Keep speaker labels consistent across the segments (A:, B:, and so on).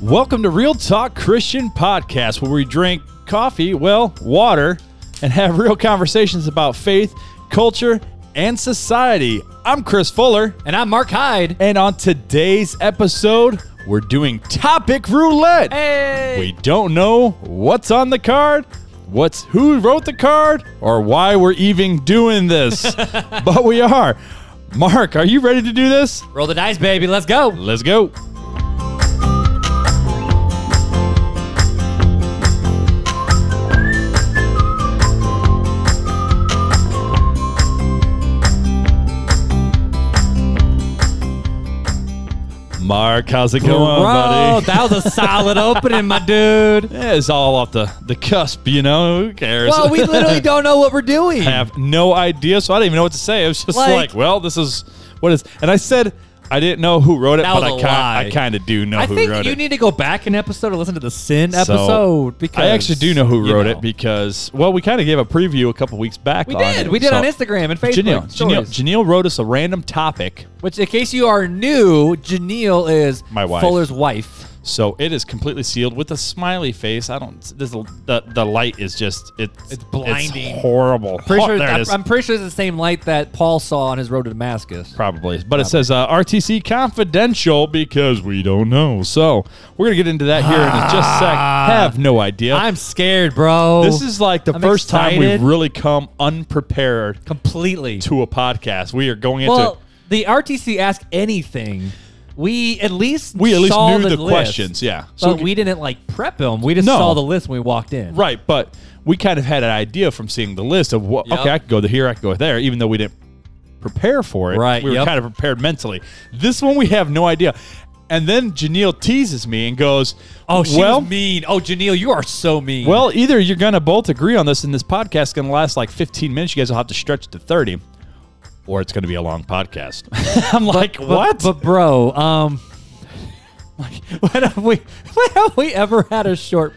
A: Welcome to Real Talk Christian Podcast, where we drink coffee, well, water, and have real conversations about faith, culture, and society. I'm Chris Fuller,
B: And I'm Mark Hyde.
A: and on today's episode, we're doing topic roulette.
B: Hey!
A: We don't know what's on the card, what's who wrote the card, or why we're even doing this, but we are. Mark, are you ready to do this?
B: Roll the dice, baby. Let's go.
A: Let's go. Mark, how's it going,
B: Bro,
A: buddy?
B: that was a solid opening, my dude.
A: Yeah, it's all off the, the cusp, you know. Who cares?
B: Well, we literally don't know what we're doing.
A: have no idea, so I didn't even know what to say. It was just like,
B: Like-
A: well, this is what is, and I said I didn't know who wrote it,
B: That
A: but
B: was
A: I
B: a
A: kind
B: lie.
A: I kind of do know
B: I
A: who
B: think
A: wrote
B: you
A: it.
B: need to go back an episode and listen to the sin
A: So,
B: episode because
A: I actually do know who
B: you
A: wrote
B: know.
A: it because well, we kind of gave a preview a couple weeks back.
B: we
A: on
B: did.
A: it.
B: We did
A: So,
B: on Instagram and Facebook.
A: Janelle, Janelle,
B: stories.
A: Janelle wrote us a random topic,
B: Which, in case you are new, Janelle is
A: My wife.
B: Fuller's wife.
A: so it is completely sealed with a smiley face. I don't. This, the the light is just it's
B: It's blinding.
A: horrible.
B: Pretty
A: Oh,
B: sure,
A: there it
B: I'm,
A: is.
B: I'm pretty sure it's the same light that Paul saw on his road to Damascus.
A: Probably. But it says uh, RTC confidential because we don't know. So we're going to get into that here in just a sec. Have no idea.
B: Ah. I'm scared, bro.
A: this is like the
B: I'm
A: first time
B: excited.
A: we've really come unprepared
B: completely
A: to a podcast. We are going into.
B: Well, the RTC asked anything. We at least
A: we at least
B: saw
A: knew the,
B: list,
A: questions. Yeah.
B: but
A: we-
B: we didn't like prep them. We just
A: No.
B: saw the list when we walked in.
A: Right, but we kind of had an idea from seeing the list of what
B: Yep.
A: okay, I could go to here, I could go there, even though we didn't prepare for it.
B: Right,
A: We were
B: yep.
A: kind of prepared mentally. This one we have no idea. And then Janelle teases me and goes,
B: Oh, she
A: well,
B: was mean. Oh, Janelle, you are so mean.
A: Well, either you're going to both agree on this, and this podcast is going to last like 15 minutes. You guys will have to stretch it to 30, or it's going to be a long podcast. I'm like,
B: But-
A: what?
B: But bro, um, like, when have we when have we ever had a short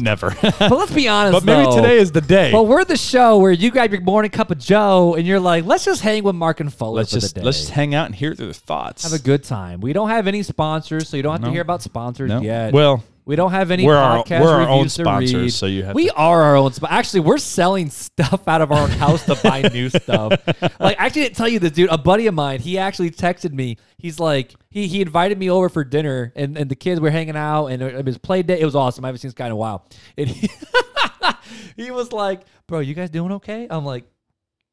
A: Never.
B: But let's be honest.
A: but maybe
B: though.
A: today is the day.
B: But we're the show where you grab your morning cup of Joe and you're like, let's just hang with Mark and Fuller
A: let's
B: for
A: just
B: the day.
A: let's just hang out and hear their thoughts.
B: have a good time. We don't have any sponsors, so you don't have
A: No.
B: to hear about sponsors
A: No.
B: yet.
A: Well,
B: we don't have any
A: we're our-
B: podcast
A: we're our own
B: reviews to
A: sponsors,
B: read.
A: so you have
B: we are our own. Sp- actually, we're selling stuff out of our own house to buy new stuff. Like, I actually didn't tell you this, dude. A buddy of mine, he actually texted me. He's like, he he invited me over for dinner, and, and the kids were hanging out, and it was play day. It was awesome. I haven't seen this guy in a while. And he, he was like, "Bro, you guys doing okay?" I'm like.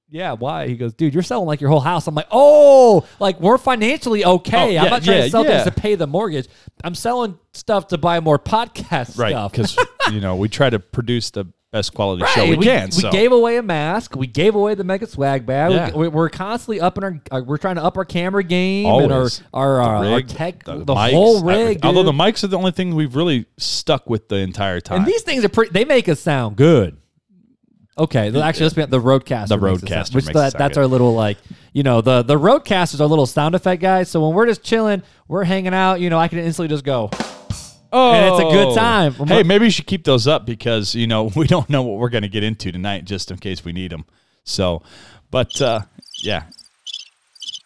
B: Yeah, why? He goes, dude, you're selling like your whole house. I'm like, oh, like we're financially okay.
A: Oh, yeah,
B: I'm not trying
A: yeah,
B: to sell
A: yeah.
B: things to pay the mortgage. I'm selling stuff to buy more podcast
A: right,
B: stuff.
A: because you know we try to produce the best quality show
B: Right,
A: we, can. so.
B: gave away a mask. We gave away the mega swag bag.
A: Yeah.
B: We, are constantly upping our. uh, we're trying to up our camera game
A: Always.
B: and our our, uh,
A: The
B: our
A: rig,
B: tech, the,
A: mics,
B: whole
A: everything.
B: rig.
A: Although the
B: dude.
A: mics are the only thing we've really stuck with the entire time.
B: and these things are pretty. They make us sound good. Okay, th- actually, let's be the roadcaster.
A: The
B: makes us
A: Rodecaster
B: sound- which
A: makes us
B: that,
A: sound
B: that's
A: good.
B: our little like you know the the roadcaster's our little sound effect guys. So when we're just chilling, we're hanging out. You know, I can instantly just go.
A: Oh,
B: And it's a good time.
A: Hey, maybe you should keep those up because you know we don't know what we're going to get into tonight, just in case we need them. So, but uh, yeah,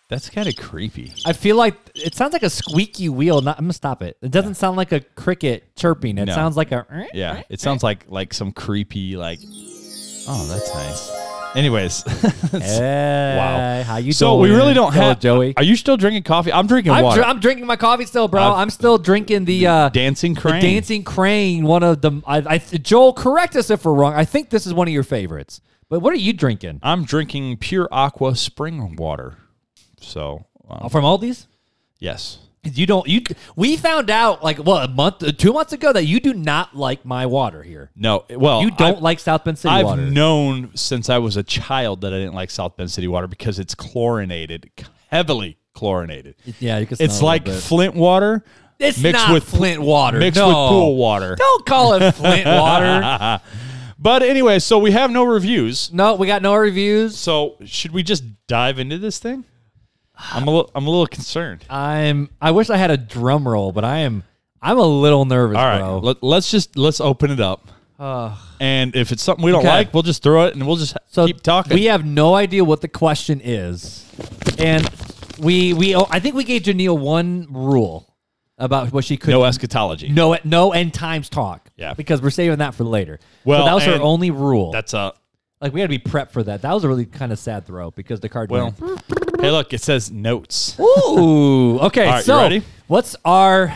A: that's kind of creepy.
B: I feel like it sounds like a squeaky wheel. Not, I'm gonna stop it. It doesn't sound like a cricket chirping. It
A: No.
B: sounds like a
A: Yeah, it sounds like like some creepy like. Oh, that's nice. Anyways,
B: Hey,
A: wow.
B: How you
A: so
B: doing?
A: we really don't
B: Hello,
A: have
B: Joey.
A: Are you still drinking coffee? I'm drinking
B: I'm,
A: water.
B: dr- I'm drinking my coffee still, bro.
A: I've-
B: i am still drinking the uh,
A: Dancing
B: the
A: crane.
B: dancing crane. One of the I, I, Joel, correct us if we're wrong. I think this is one of your favorites. But what are you drinking
A: I'm drinking pure aqua spring water. So um,
B: Uh, from Aldi's?
A: yes,
B: You don't you. We found out like what a month, uh, two months ago that you do not like my water here.
A: no. Well,
B: You don't
A: I-
B: like South Bend City
A: I've
B: water.
A: known since I was a child that I didn't like South Bend City water because it's chlorinated, heavily chlorinated.
B: yeah, you can. smell
A: It's
B: it a
A: like
B: little bit.
A: Flint water
B: It's
A: mixed
B: not
A: with
B: Flint water.
A: mixed
B: no.
A: with pool water.
B: Don't call it Flint water.
A: But anyway, so we have no reviews.
B: no, we got no reviews.
A: So should we just dive into this thing? I'm a little, I'm a little concerned.
B: I'm. I wish I had a drum roll, but I am. I'm a little nervous,
A: All right,
B: bro.
A: let, us just let's open it up,
B: Ugh.
A: and if it's something we don't
B: Okay.
A: like, we'll just throw it and we'll just
B: so
A: keep talking.
B: We have no idea what the question is, and we we. Oh, I think we gave Janelle one rule. about what she could
A: No eschatology.
B: no no end times talk.
A: Yeah.
B: because we're saving that for later.
A: Well,
B: so that was her
A: and
B: only rule.
A: That's a
B: like we had to be prepped for that. That was a really kind of sad throw because the card.
A: well.
B: went- Mm.
A: Hey, look, it says notes.
B: Ooh. Okay.
A: All right, you
B: so,
A: ready?
B: what's our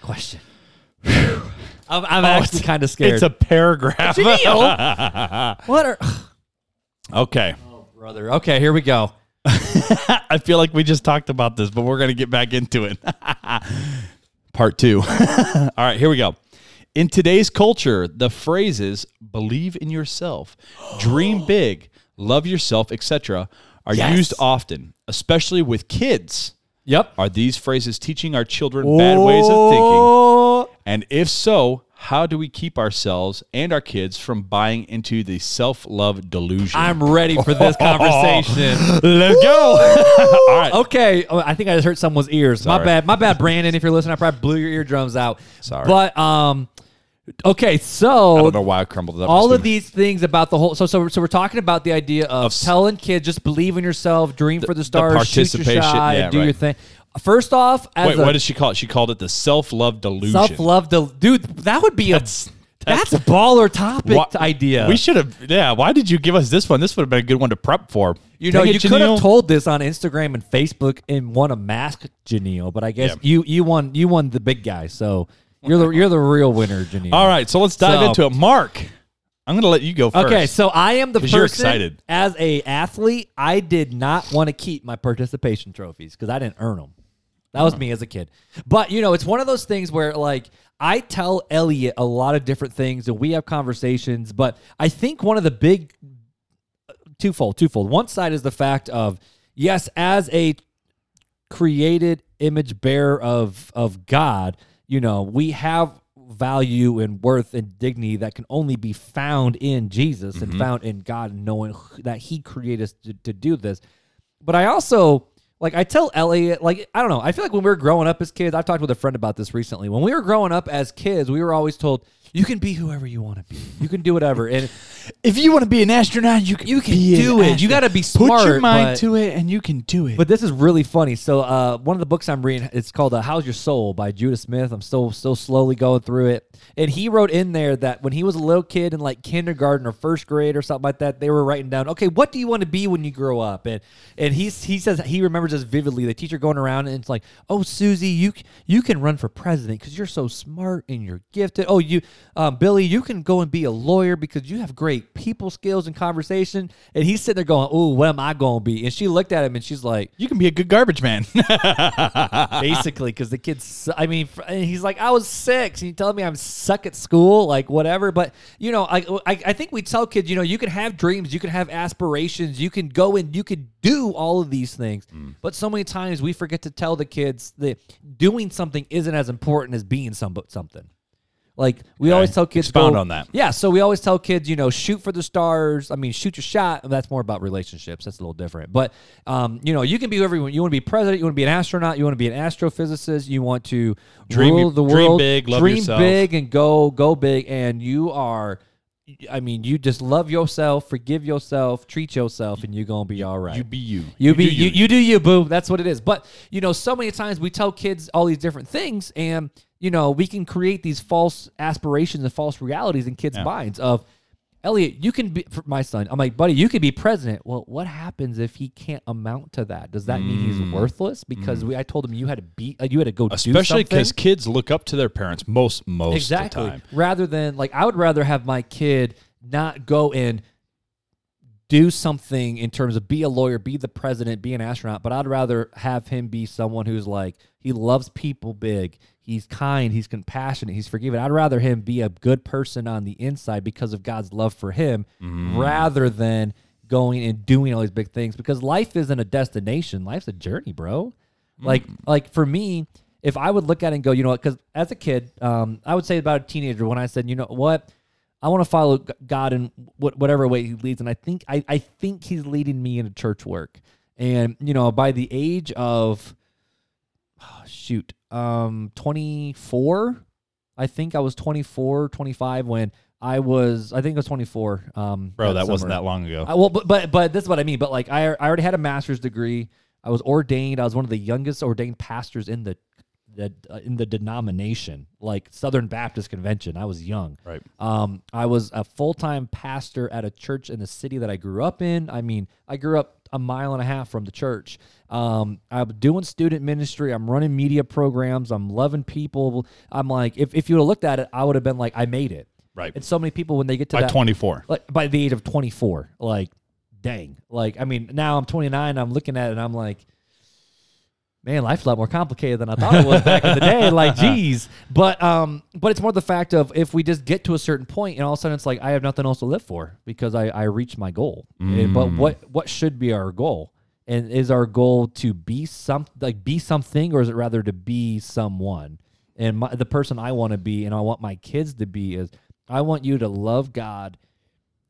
B: question? I'm, I'm
A: Oh,
B: actually
A: it's-
B: kind of scared.
A: It's a paragraph.
B: Gio, what are?
A: okay.
B: Oh, brother. Okay, here we go.
A: I feel like we just talked about this, but we're going to get back into it. Part two. All right, here we go. In today's culture, the phrases believe in yourself, dream big, love yourself, etc., are
B: Yes.
A: used often, especially with kids.
B: Yep.
A: Are these phrases teaching our children bad ways of
B: Oh.
A: thinking? And if so, how do we keep ourselves and our kids from buying into the self love delusion?
B: I'm ready for this conversation.
A: Let's go. All right.
B: Okay, oh, I think I just hurt someone's ears. My
A: Sorry.
B: bad, my bad, Brandon. If you're listening, I probably blew your eardrums out.
A: Sorry.
B: But um, okay,
A: I
B: so
A: don't know why I crumbled it up.
B: all
A: Just
B: of
A: been-
B: these things about the whole. So so so we're talking about the idea of,
A: s-
B: telling kids just believe in yourself, dream for the stars, shoot your
A: participation,
B: shot,
A: yeah,
B: do
A: right.
B: your thing. First off, as
A: Wait,
B: a
A: what did she call it? She called it the self love delusion.
B: self love, del- dude, that would be
A: That's-
B: a that's, a baller topic
A: Wha-
B: idea.
A: We should have. Yeah. Why did you give us this one? This would have been a good one to prep for.
B: You
A: Dang
B: know,
A: it,
B: you could have
A: Janelle.
B: told this on Instagram and Facebook and won a mask, Janelle. But I guess
A: Yeah.
B: you you won you won the big guy, so you're the you're the real winner, Janelle.
A: All right, so let's dive
B: So-
A: into it. Mark, I'm going to let you go first.
B: Okay, so I am the
A: 'Cause
B: person.
A: you're excited.
B: As a athlete, I did not want to keep my participation trophies because I didn't earn them. That was me as a kid. But you know, it's one of those things where like I tell Elliot a lot of different things and we have conversations. But I think one of the big uh, twofold, twofold. One side is the fact of yes, as a created image bearer of of God, you know, we have value and worth and dignity that can only be found in Jesus and found in God and knowing that he created us to, to do this. But I also like I tell Elliot, like I don't know, I feel like when we were growing up as kids, I've talked with a friend about this recently. When we were growing up as kids, we were always told, you can be whoever you want to be. You can do whatever. And
A: if you want to be an astronaut, you can, you can
B: do it. You gotta be
A: Put your
B: smart,
A: mind
B: but-
A: to it, and you can do it.
B: But this is really funny. So uh, one of the books I'm reading, it's called uh, "How's Your Soul" by Judah Smith. I'm still still slowly going through it, and he wrote in there that when he was a little kid in like kindergarten or first grade or something like that, they were writing down, okay, what do you want to be when you grow up? And and he he says he remembers this vividly. The teacher going around and it's like, oh Susie, you c- you can run for president because you're so smart and you're gifted. Oh you, um, Billy, you can go and be a lawyer because you have great people skills and conversation. And he's sitting there going, oh, what am I going to be? And she looked at him and she's like
A: you can be a good garbage man.
B: basically because the kids i mean fr- and he's like i was six and you telling me i'm suck at school like whatever but you know I, I i think we tell kids you know you can have dreams you can have aspirations you can go and you can do all of these things but so many times we forget to tell the kids that doing something isn't as important as being some something like we always tell kids
A: Expound
B: go-
A: on that.
B: yeah, so we always tell kids, you know, shoot for the stars. I mean, shoot your shot. That's more about relationships. That's a little different. But, um, you know, you can be whoever you want. You want to be president. You want to be an astronaut. You want to be an astrophysicist. You want to
A: Dream-
B: rule the
A: dream
B: world.
A: big, love
B: dream
A: yourself.
B: big, and go go big. And you are, I mean, you just love yourself, forgive yourself, treat yourself, and you're gonna be all right.
A: you be you.
B: You, be
A: do
B: you. you do you boo. That's what it is. But you know, so many times we tell kids all these different things, and you know, we can create these false aspirations and false realities in kids' minds. Of Elliot, you can be for my son. I'm like, buddy, you can be president. Well, what happens if he can't amount to that? Does that mean
A: Mm.
B: he's worthless? Because we, I told him you had to be, uh, you had to go do
A: Especially
B: something.
A: because kids look up to their parents most most
B: Exactly.
A: of the time.
B: Rather than like, I would rather have my kid not go and do something in terms of be a lawyer, be the president, be an astronaut, but I'd rather have him be someone who's like he loves people big, he's kind, he's compassionate, he's forgiving. I'd rather him be a good person on the inside because of God's love for him rather than going and doing all these big things because life isn't a destination, life's a journey, bro. Like like for me, if I would look at it and go, you know what, cuz as a kid, um I would say about a teenager when I said, you know what, I want to follow G- God in wh- whatever way He leads, and I think I, I think He's leading me into church work. And you know, by the age of oh, shoot, um, twenty four, I think I was 24, 25 when I was. I think I was twenty four. Um,
A: Bro, that wasn't
B: summer.
A: that long ago.
B: I, Uh, well, but, but but this is what I mean. But like, I I already had a master's degree. I was ordained. I was one of the youngest ordained pastors in the the uh, in the denomination, like Southern Baptist Convention. I was young.
A: Right.
B: Um, I was a full time pastor at a church in the city that I grew up in. I mean, I grew up a mile and a half from the church. Um, I'm doing student ministry. I'm running media programs. I'm loving people. I'm like, if, if you would have looked at it, I would have been like, I made it.
A: Right.
B: And so many people, when they get to
A: By
B: that
A: 24.
B: like by the age of 24 like dang like i mean now i'm 29 i'm looking at it and i'm like man life's a lot more complicated than i thought it was back in the day like geez but um but it's more the fact of if we just get to a certain point and all of a sudden it's like i have nothing else to live for because i i reached my goal And- but what what should be our goal and is our goal to be some like be something or is it rather to be someone and my, the person i want to be and i want my kids to be is i want you to love god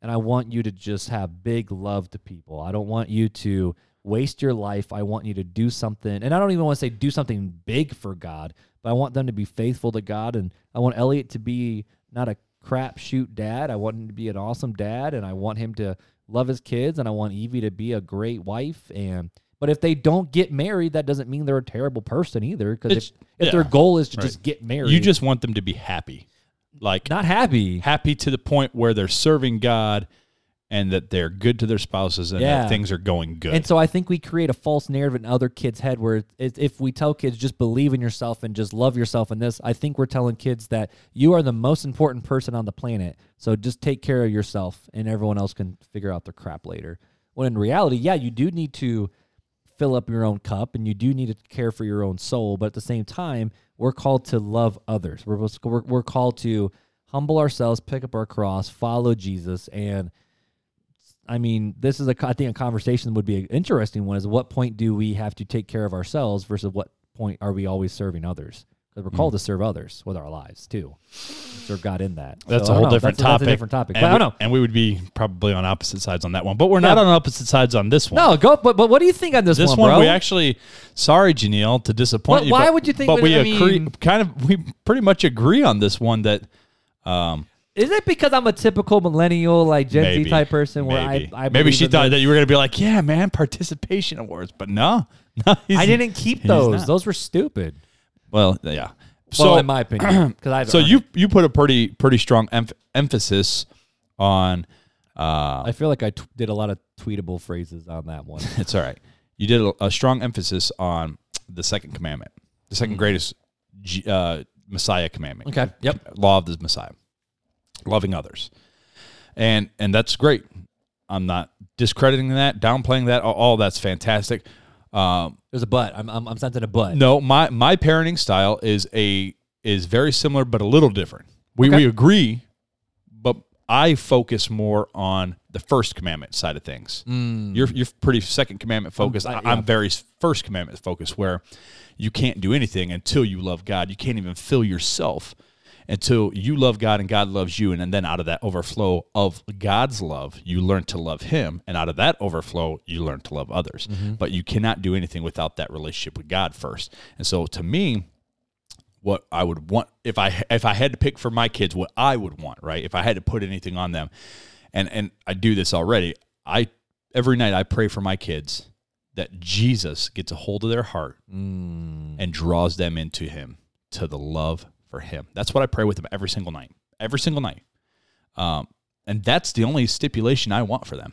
B: and I want you to just have big love to people. I don't want you to waste your life. I want you to do something, and I don't even want to say do something big for God, but I want them to be faithful to God, and I want Elliot to be not a crapshoot dad. I want him to be an awesome dad, and I want him to love his kids, and I want Evie to be a great wife, and. But if they don't get married, that doesn't mean they're a terrible person either. Because if,
A: It's-
B: if their
A: yeah,
B: goal is to
A: right.
B: just get married,
A: You just want them to be happy. Like
B: not happy.
A: happy to the point where they're serving God and that they're good to their spouses and
B: Yeah.
A: that things are going good.
B: And so I think we create a false narrative in other kids' head where it- if if we tell kids just believe in yourself and just love yourself and this, I think we're telling kids that you are the most important person on the planet. So just take care of yourself and everyone else can figure out their crap later. When in reality, yeah, you do need to fill up your own cup and you do need to care for your own soul. But at the same time, we're called to love others. We're, we're, we're called to humble ourselves, pick up our cross, follow Jesus, and I mean, this is a co- I think a conversation would be an interesting one. Is what point do we have to take care of ourselves versus what point are we always serving others? Because we're
A: Hmm.
B: called to serve others with our lives too. Serve God in that.
A: that's
B: So,
A: a whole
B: I don't know.
A: different
B: That's
A: topic.
B: That's a different topic.
A: And
B: But I
A: we,
B: don't know.
A: And we would be probably on opposite sides on that one. But we're not on opposite sides on this one.
B: No, go. But, but what do you think on this,
A: This
B: one,
A: one,
B: bro?
A: we actually, sorry, Janelle, to disappoint
B: But
A: you.
B: why
A: but-
B: would you think
A: But
B: we-
A: we
B: I
A: agree,
B: mean-
A: kind of, we pretty much agree on this one that
B: is it because I'm a typical millennial, like Gen
A: maybe
B: Z type person, where
A: maybe.
B: I, I
A: maybe
B: believe
A: she
B: in
A: thought
B: the-
A: that you were going to be like, yeah, man, participation awards, but no, no, he's-
B: I didn't keep
A: he's
B: those.
A: not.
B: Those were stupid.
A: Well, yeah.
B: So, well, in my opinion, because I
A: so you you put a pretty pretty strong emph- emphasis on uh
B: I feel like I t- did a lot of tweetable phrases on that one.
A: it's all right you did a, a strong emphasis on the second commandment the 2nd greatest G, uh messiah commandment
B: Mm-hmm. okay. Yep.
A: law of the messiah loving others and and that's great i'm not discrediting that downplaying that all, all that's fantastic um
B: There's a butt. I'm I'm, I'm sensing a butt.
A: No, my my parenting style is a is very similar but a little different. We
B: Okay.
A: we agree, but I focus more on the first commandment side of things. You're you're pretty second commandment focused. I, I'm very first commandment focused, where you can't do anything until you love God. You can't even fill yourself until you love God and God loves you, and, and then out of that overflow of God's love, you learn to love Him, and out of that overflow, you learn to love others. But you cannot do anything without that relationship with God first. And so, to me, what I would want if I if I had to pick for my kids what I would want, right? If I had to put anything on them. And and I do this already. I every night I pray for my kids that Jesus gets a hold of their heart and draws them into him to the love for him. That's what I pray with them every single night. Every single night. Um and that's the only stipulation I want for them.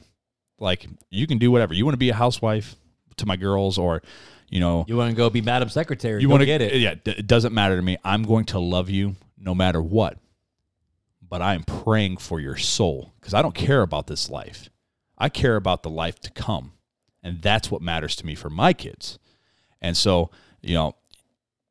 A: Like you can do whatever. You want to be a housewife to my girls or you know
B: You want to go be Madam Secretary?
A: you
B: want to
A: get it? Yeah, d- it doesn't matter to me. I'm going to love you no matter what. But I am praying for your soul because I don't care about this life. I care about the life to come, and that's what matters to me for my kids. And so, you know,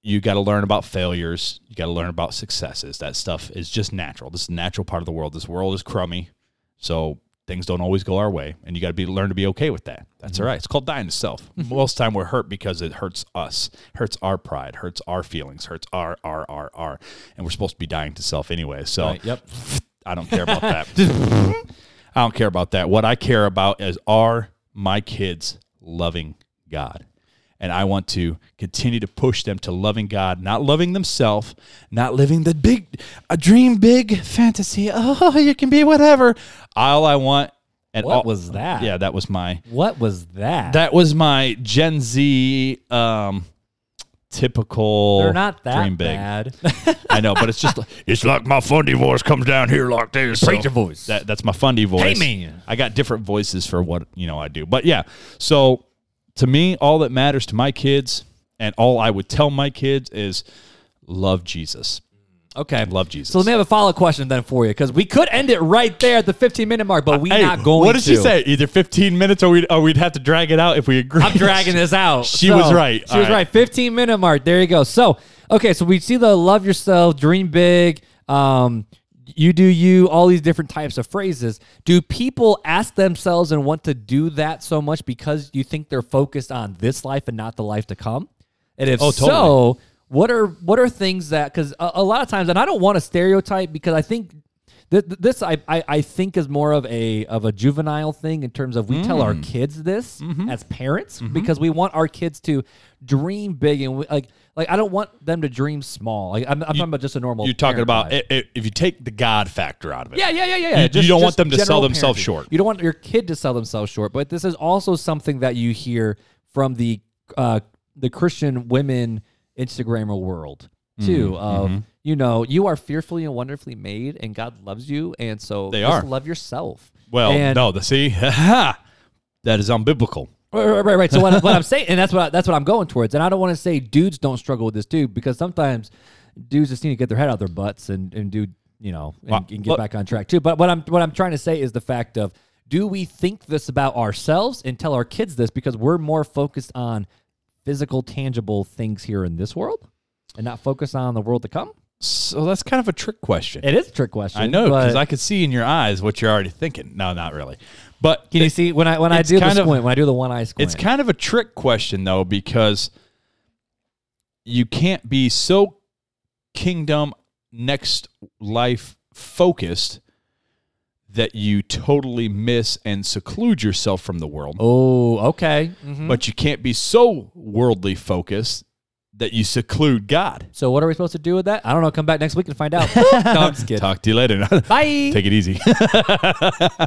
A: you got to learn about failures. You got to learn about successes. That stuff is just natural. This is a natural part of the world. This world is crummy, so things don't always go our way, and you got to be learn to be okay with that.
B: Mm-hmm.
A: That's all right. It's called dying to self. Most time we're hurt because it hurts us, hurts our pride, hurts our feelings, hurts our our our our, and we're supposed to be dying to self anyway. So
B: Right, yep.
A: I don't care about that. I don't care about that. What I care about is are my kids loving God? And I want to continue to push them to loving God, not loving themselves, not living the big, a dream big fantasy. Oh, you can be whatever. All I want. And
B: What
A: all-
B: was that?
A: Yeah, that was my
B: What was that?
A: that was my Gen Z um, typical.
B: They're not that
A: dream big.
B: bad.
A: I know, but it's just it's like my fundy voice comes down here like this.
B: Preacher voice.
A: That, that's my fundy voice.
B: man.
A: I got different voices for what you know I do, but yeah. So to me, all that matters to my kids, and all I would tell my kids is love Jesus.
B: okay.
A: Love Jesus.
B: So let me have a follow-up question then for you, because we could end it right there at the 15-minute mark, but we
A: Hey,
B: not going.
A: What did
B: to.
A: she say? Either 15 minutes or we'd, or we'd have to drag it out if we agree.
B: I'm dragging this out.
A: She was right.
B: She
A: All
B: was
A: right.
B: right. 15 minute mark. There you go. So, okay, so we see the love yourself, dream big, um, you do you, all these different types of phrases. Do people ask themselves and want to do that so much because you think they're focused on this life and not the life to come? And if
A: Oh, totally.
B: so, what are what are things that because a, a lot of times and i don't want to stereotype because i think th- th- this I, I i think is more of a of a juvenile thing in terms of we tell
A: Mm.
B: our kids this
A: Mm-hmm.
B: as parents because we want our kids to dream big and we, like like i don't want them to dream small like i'm, I'm talking about just a normal
A: You're talking
B: parent
A: about
B: life.
A: i i if you take the God factor out of it.
B: Yeah, yeah, yeah, yeah. yeah.
A: You- you don't want them to sell
B: general
A: themselves
B: parenting.
A: short.
B: You don't want your kid to sell themselves short. But this is also something that you hear from the uh, the Christian women Instagrammer world
A: Mm-hmm.
B: too. Of you know, you are fearfully and wonderfully made, and God loves you, and so
A: They
B: just
A: are.
B: love yourself.
A: Well,
B: And-
A: no, the see, that is unbiblical.
B: Right, right, right. right. So what, I- what I'm saying, and that's what I, that's what I'm going towards. And I don't want to say dudes don't struggle with this too, because sometimes dudes just need to get their head out of their butts and and do you know and,
A: Well,
B: and get
A: look-
B: back on track too. But what I'm what I'm trying to say is the fact of do we think this about ourselves and tell our kids this because we're more focused on physical, tangible things here in this world and not focused on the world to come?
A: So that's kind of a trick question.
B: It is a trick question.
A: I know because
B: but-
A: I could see in your eyes what you're already thinking. No, not really. But
B: can you see when I when I
A: it's
B: do the
A: kind of-
B: squint when I do the one eye squint?
A: it's kind of a trick question though because you can't be so kingdom next life focused that you totally miss and seclude yourself from the world.
B: oh okay. Mhm.
A: But you can't be so worldly focused that you seclude God.
B: So what are we supposed to do with that? I don't know. Come back next week and find out. no, I'm just kidding.
A: Talk to you later.
B: Bye.
A: Take it easy.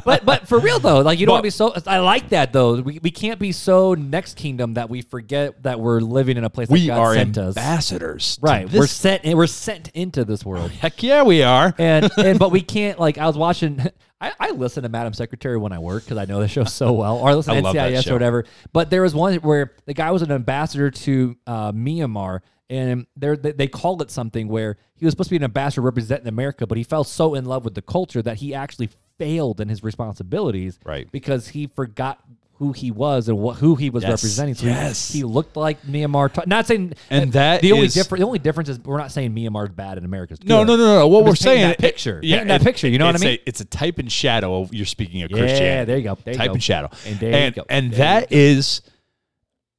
B: but but for real though, like you don't
A: But-
B: want to be so. I like that though. We, we can't be so next kingdom that we forget that we're living in a place
A: we
B: that God
A: are
B: sent us.
A: ambassadors. to
B: Right,
A: this-
B: we're sent. We're sent into this world,
A: heck yeah, we are.
B: and and but we can't. Like I was watching. I, I listen to Madam Secretary when I work because I know the show so well, or I listen
A: I
B: to
A: love that
B: NCIS
A: show.
B: or whatever. But there was one where the guy was an ambassador to uh, Myanmar, and they're- they they call it something where he was supposed to be an ambassador representing America, but he fell so in love with the culture that he actually failed in his responsibilities,
A: Right.
B: Because he forgot who he was and what who he was
A: Yes.
B: representing. So he-
A: Yes.
B: he, looked like Myanmar. t- not saying
A: And that
B: the only
A: is-
B: difference. The only difference is we're not saying Myanmar's bad and America's good.
A: No, no, no, no. What
B: I'm
A: we're
B: just painting
A: saying,
B: that picture. Painting that
A: it-
B: picture, you know what I
A: it's
B: mean?
A: A, it's a type and shadow. Of, you're speaking of
B: Yeah,
A: Christianity.
B: there you go, there you
A: type
B: go.
A: and shadow.
B: And there you
A: and,
B: go,
A: and
B: there
A: that is,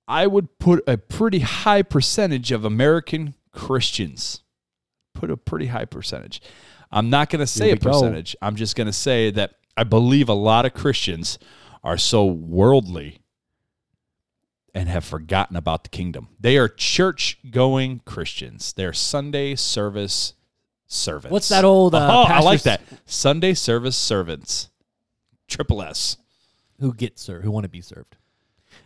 A: I would put a pretty high percentage of American Christians. Put a pretty high percentage. I'm not going to say a
B: Here we go.
A: percentage. I'm just going to say that I believe a lot of Christians are so worldly and have forgotten about the kingdom. They are church going Christians. They're Sunday service servants.
B: What's that old, uh,
A: oh, I like that.
B: pastor's-
A: Sunday service servants. Triple S.
B: who get served, who want to be served.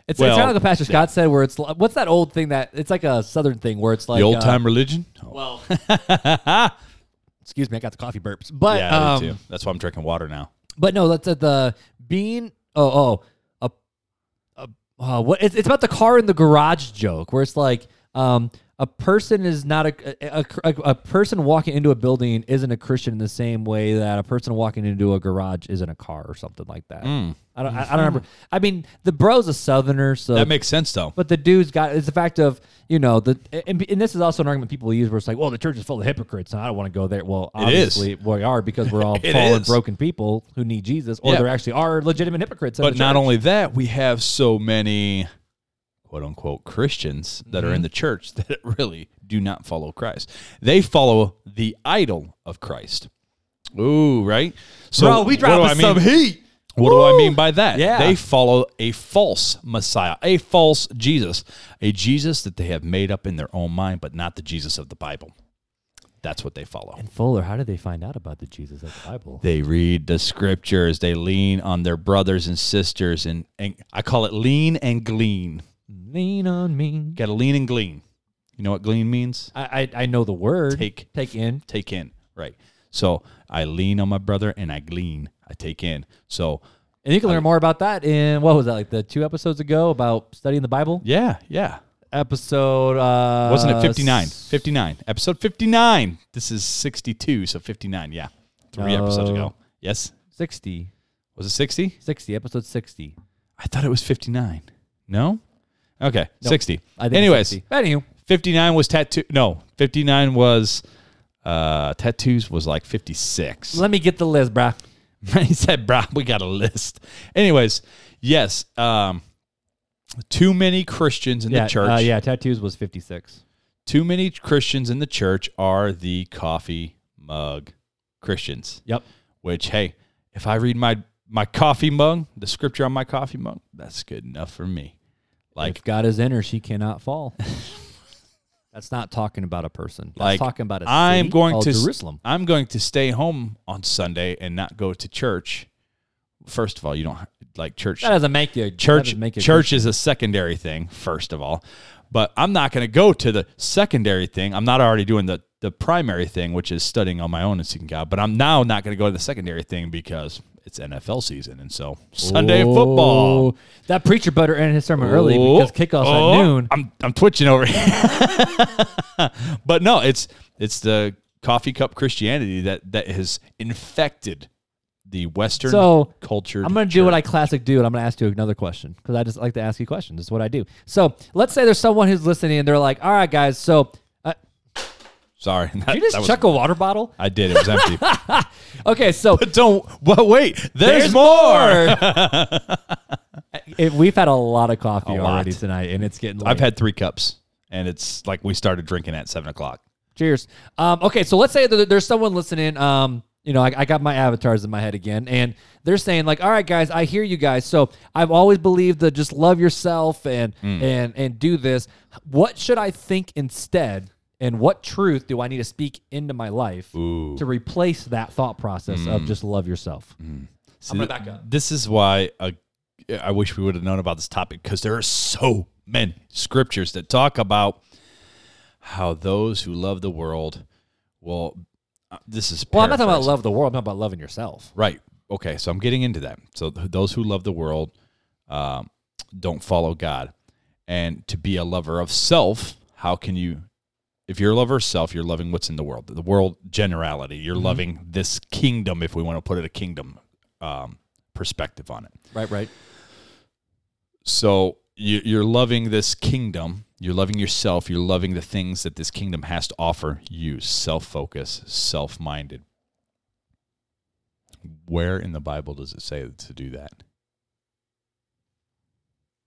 B: It's,
A: Well,
B: it's kind of like what Pastor Scott said, where it's li- what's that old thing that it's like a Southern thing where it's like
A: the old
B: uh,
A: time religion?
B: Well, excuse me, I got the coffee burps, but
A: Oh, yeah, I do
B: um,
A: too. That's why I'm drinking water now.
B: but no, that's at the bean. Oh, oh, a, a, uh, what? It's, it's about the car in the garage joke, where it's like, um, a person is not a a, a a person walking into a building isn't a Christian in the same way that a person walking into a garage isn't a car or something like that. I don't, I, I don't remember. I mean, the bro's a southerner, so
A: That makes sense though.
B: but the dude's got it's the fact of you know the and, and this is also an argument people use where it's like, well, the church is full of hypocrites, and I don't want to go there. Well,
A: is.
B: obviously we are because we're all
A: It
B: fallen,
A: is.
B: broken people who need Jesus, or
A: Yeah.
B: there actually are legitimate hypocrites. in
A: But
B: the
A: not
B: church.
A: only that, we have so many quote unquote Christians that
B: Mm-hmm.
A: are in the church that really do not follow Christ. They follow the idol of Christ. Ooh, right? So
B: Bro, we
A: what do
B: dropping
A: I mean-
B: some heat.
A: What do I mean by that?
B: Yeah.
A: They follow a false Messiah, a false Jesus, a Jesus that they have made up in their own mind, but not the Jesus of the Bible. That's what they follow.
B: Fuller, how did they find out about the Jesus of the Bible?
A: They read the scriptures. They lean on their brothers and sisters, and, and I call it lean and glean.
B: Lean on me.
A: Got to lean and glean. You know what glean means?
B: I, I I know the word.
A: Take.
B: take in.
A: Take in, right? So I lean on my brother and I glean. I take in. So
B: And you can learn more about that in what was that like the two episodes ago about studying the Bible
A: yeah, yeah.
B: episode. Uh,
A: Wasn't it 59?
B: s-
A: 59. Episode 59. This is 62, so 59, yeah. Three episodes
B: No.
A: ago. Yes.
B: 60,
A: Was it 60?
B: 60 episode sixty.
A: I thought it was 59. No? Okay, 60.
B: I think it's
A: Anyways,
B: 60. anywho,
A: 59 was tattoo. No, 59 was uh tattoos was like 56.
B: let me get the list, bruh.
A: he said, "Bruh, we got a list." Anyways, yes, um too many Christians in
B: yeah,
A: the church.
B: Uh, yeah, tattoos was fifty six.
A: Too many Christians in the church are the coffee mug Christians.
B: Yep.
A: Which, hey, if I read my my coffee mug, the scripture on my coffee mug, that's good enough for me. Like
B: if God is in her, she cannot fall. That's not talking about a person. That's
A: Like,
B: talking about a
A: I'm
B: city
A: going
B: called
A: to
B: Jerusalem.
A: I'm going to stay home on Sunday and not go to church. First of all, you don't like church.
B: That doesn't make you that
A: church
B: doesn't make you a
A: church is a secondary thing first of all but i'm not going to go to the secondary thing i'm not already doing the the primary thing which is studying on my own and seeking god but i'm now not going to go to the secondary thing because it's nfl season and so sunday football
B: Oh, That preacher better end his sermon early because kickoff's
A: Oh,
B: at noon.
A: I'm, I'm twitching over here. but no, it's it's the coffee cup Christianity that that has infected the Western
B: So,
A: culture.
B: I'm going to do what I classic do, and I'm going to ask you another question because I just like to ask you questions. It's what I do. So let's say there's someone who's listening, and they're like, "All right, guys, so uh,
A: Sorry, that,
B: you just
A: that was-
B: chuck a water bottle."
A: I did. It was empty.
B: Okay, so
A: But don't. But wait, there's,
B: There's
A: more.
B: it, we've had a lot of coffee
A: A lot.
B: already tonight, and it's getting. Late.
A: I've had three cups, and it's like we started drinking at seven o'clock.
B: Cheers. Um, okay, so let's say that there's someone listening. Um, you know, I, I got my avatars in my head again, and they're saying like, "All right, guys, I hear you guys. So I've always believed that just love yourself and
A: Mm.
B: and and do this. What should I think instead? And what truth do I need to speak into my life to replace that thought process of just love yourself?
A: Mm. See,
B: gonna back up.
A: This is why uh, I wish we would have known about this topic because there are so many scriptures that talk about how those who love the world will. uh, this is
B: Well, I'm not talking about
A: paraphrasing.
B: love the world. I'm talking about loving yourself.
A: Right. Okay. So I'm getting into that. So th- those who love the world um, don't follow God. And to be a lover of self, how can you, if you're a lover of self, you're loving what's in the world, the world generality. You're loving this kingdom, if we want to put it a kingdom um, perspective on it.
B: Right, right.
A: So you, you're loving this kingdom. You're loving yourself. You're loving the things that this kingdom has to offer you self focused, self minded. Where in the Bible does it say to do that?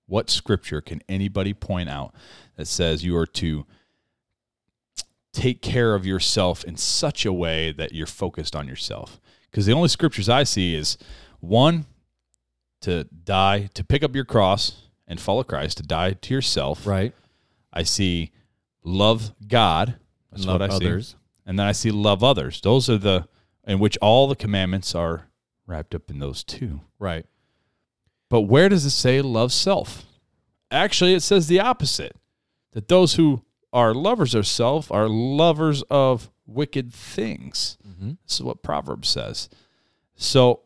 A: What scripture can anybody point out that says you are to take care of yourself in such a way that you're focused on yourself? Because the only scriptures I see is one, to die, to pick up your cross and follow Christ, to die to yourself.
B: Right.
A: I see love God. That's
B: Love
A: what I see.
B: others.
A: And then I see love others. Those are the in which all the commandments are wrapped up in those two.
B: Right.
A: But where does it say love self? Actually, it says the opposite. That those who are lovers of self are lovers of wicked things. This is what Proverbs says. So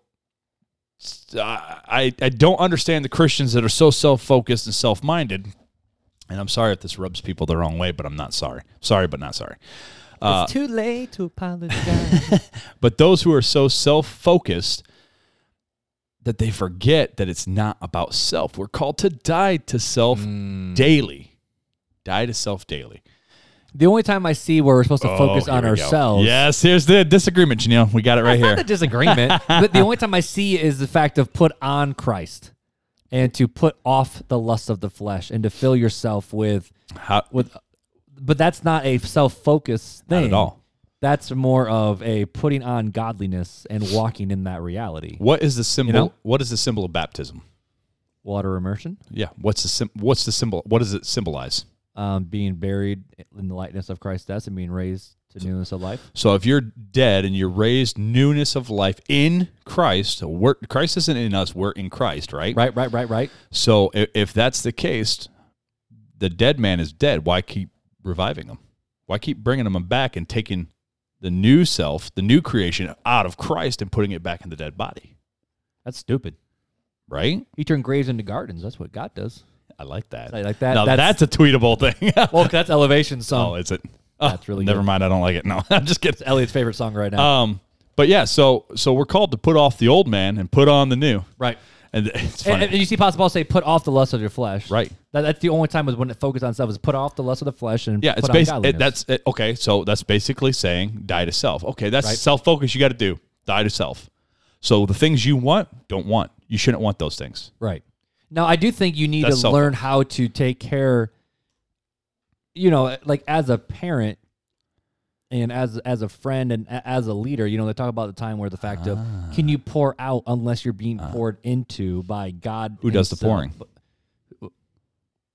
A: s- I, I don't understand the Christians that are so self focused and self minded. And I'm sorry if this rubs people the wrong way, but I'm not sorry. Sorry, but not sorry.
B: it's too late to apologize.
A: But those who are so self focused that they forget that it's not about self. We're called to die to self Hmm. daily. Die to self daily.
B: the only time I see where we're supposed to focus
A: Oh,
B: on
A: here we go.
B: ourselves
A: Yes, here's the disagreement, Janelle. We got it right
B: not
A: here.
B: a disagreement, but the only time I see it is the fact of put on Christ and to put off the lust of the flesh and to fill yourself with
A: How-
B: with but that's not a self-focused
A: at
B: thing
A: all.
B: That's more of a putting on godliness and walking in that reality.
A: what is the symbol?
B: know?
A: What is the symbol of baptism?
B: Water immersion,
A: Yeah. What's the sym- What's the symbol? What does it symbolize?
B: um, being buried in the likeness of Christ's death and being raised to newness of life.
A: So if you're dead and you're raised newness of life in Christ, we're, Christ isn't in us. We're in Christ, right?
B: Right, right, right, right.
A: So if, if that's the case, the dead man is dead. Why keep reviving them? Why keep bringing them back and taking the new self, the new creation out of Christ and putting it back in the dead body?
B: That's stupid.
A: Right?
B: He turned graves into gardens. That's what God does.
A: I like that.
B: I like that.
A: Now
B: That's-
A: that's, a tweetable thing.
B: Well, that's Elevation song.
A: oh, is it?
B: That's really
A: Never
B: good.
A: mind. I don't like it. No, I'm just kidding.
B: It's Elliot's favorite song right now.
A: Um, but yeah, so so we're called to put off the old man and put on the new.
B: right.
A: And it's
B: And,
A: funny.
B: and you see Apostle Paul say, "Put off the lust of your flesh."
A: Right.
B: That, that's the only time is when it focused on self is put off the lust of the flesh and
A: yeah,
B: Put
A: it's
B: on
A: basically
B: godliness.
A: that's it, okay. So that's basically saying die to self. Okay, that's
B: Right.
A: self focus. You got to do die to self. So the things you want, don't want. You shouldn't want those things.
B: Right. Now, I do think you need
A: That's
B: to
A: self-
B: learn how to take care. You know, like as a parent, and as as a friend, and a- as a leader, you know, they talk about the time where the fact of can you
A: Ah.
B: pour out unless you're being poured into by God?
A: Who does the
B: himself?
A: pouring?
B: But-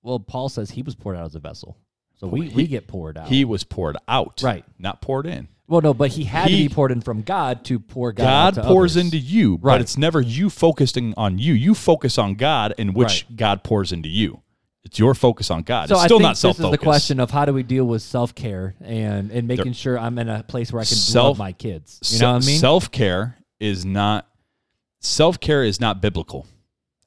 B: Well, Paul says he was poured out as a vessel, so we we get poured out.
A: He was poured out,
B: Oh. Right.
A: Not poured in.
B: well, no, but he had
A: He-
B: to be poured in from God to pour God. out
A: God
B: to
A: pours
B: others.
A: into you,
B: Right.
A: but it's never you focusing on you. You focus on God, in which
B: Right.
A: God pours into you. It's your focus on God.
B: So
A: it's
B: I
A: still
B: think
A: not self
B: this is the
A: focused.
B: question of how do we deal with self care and and making sure I'm in a place where I can love
A: Self-
B: my kids. You know what I mean?
A: Self care is not self care is not biblical.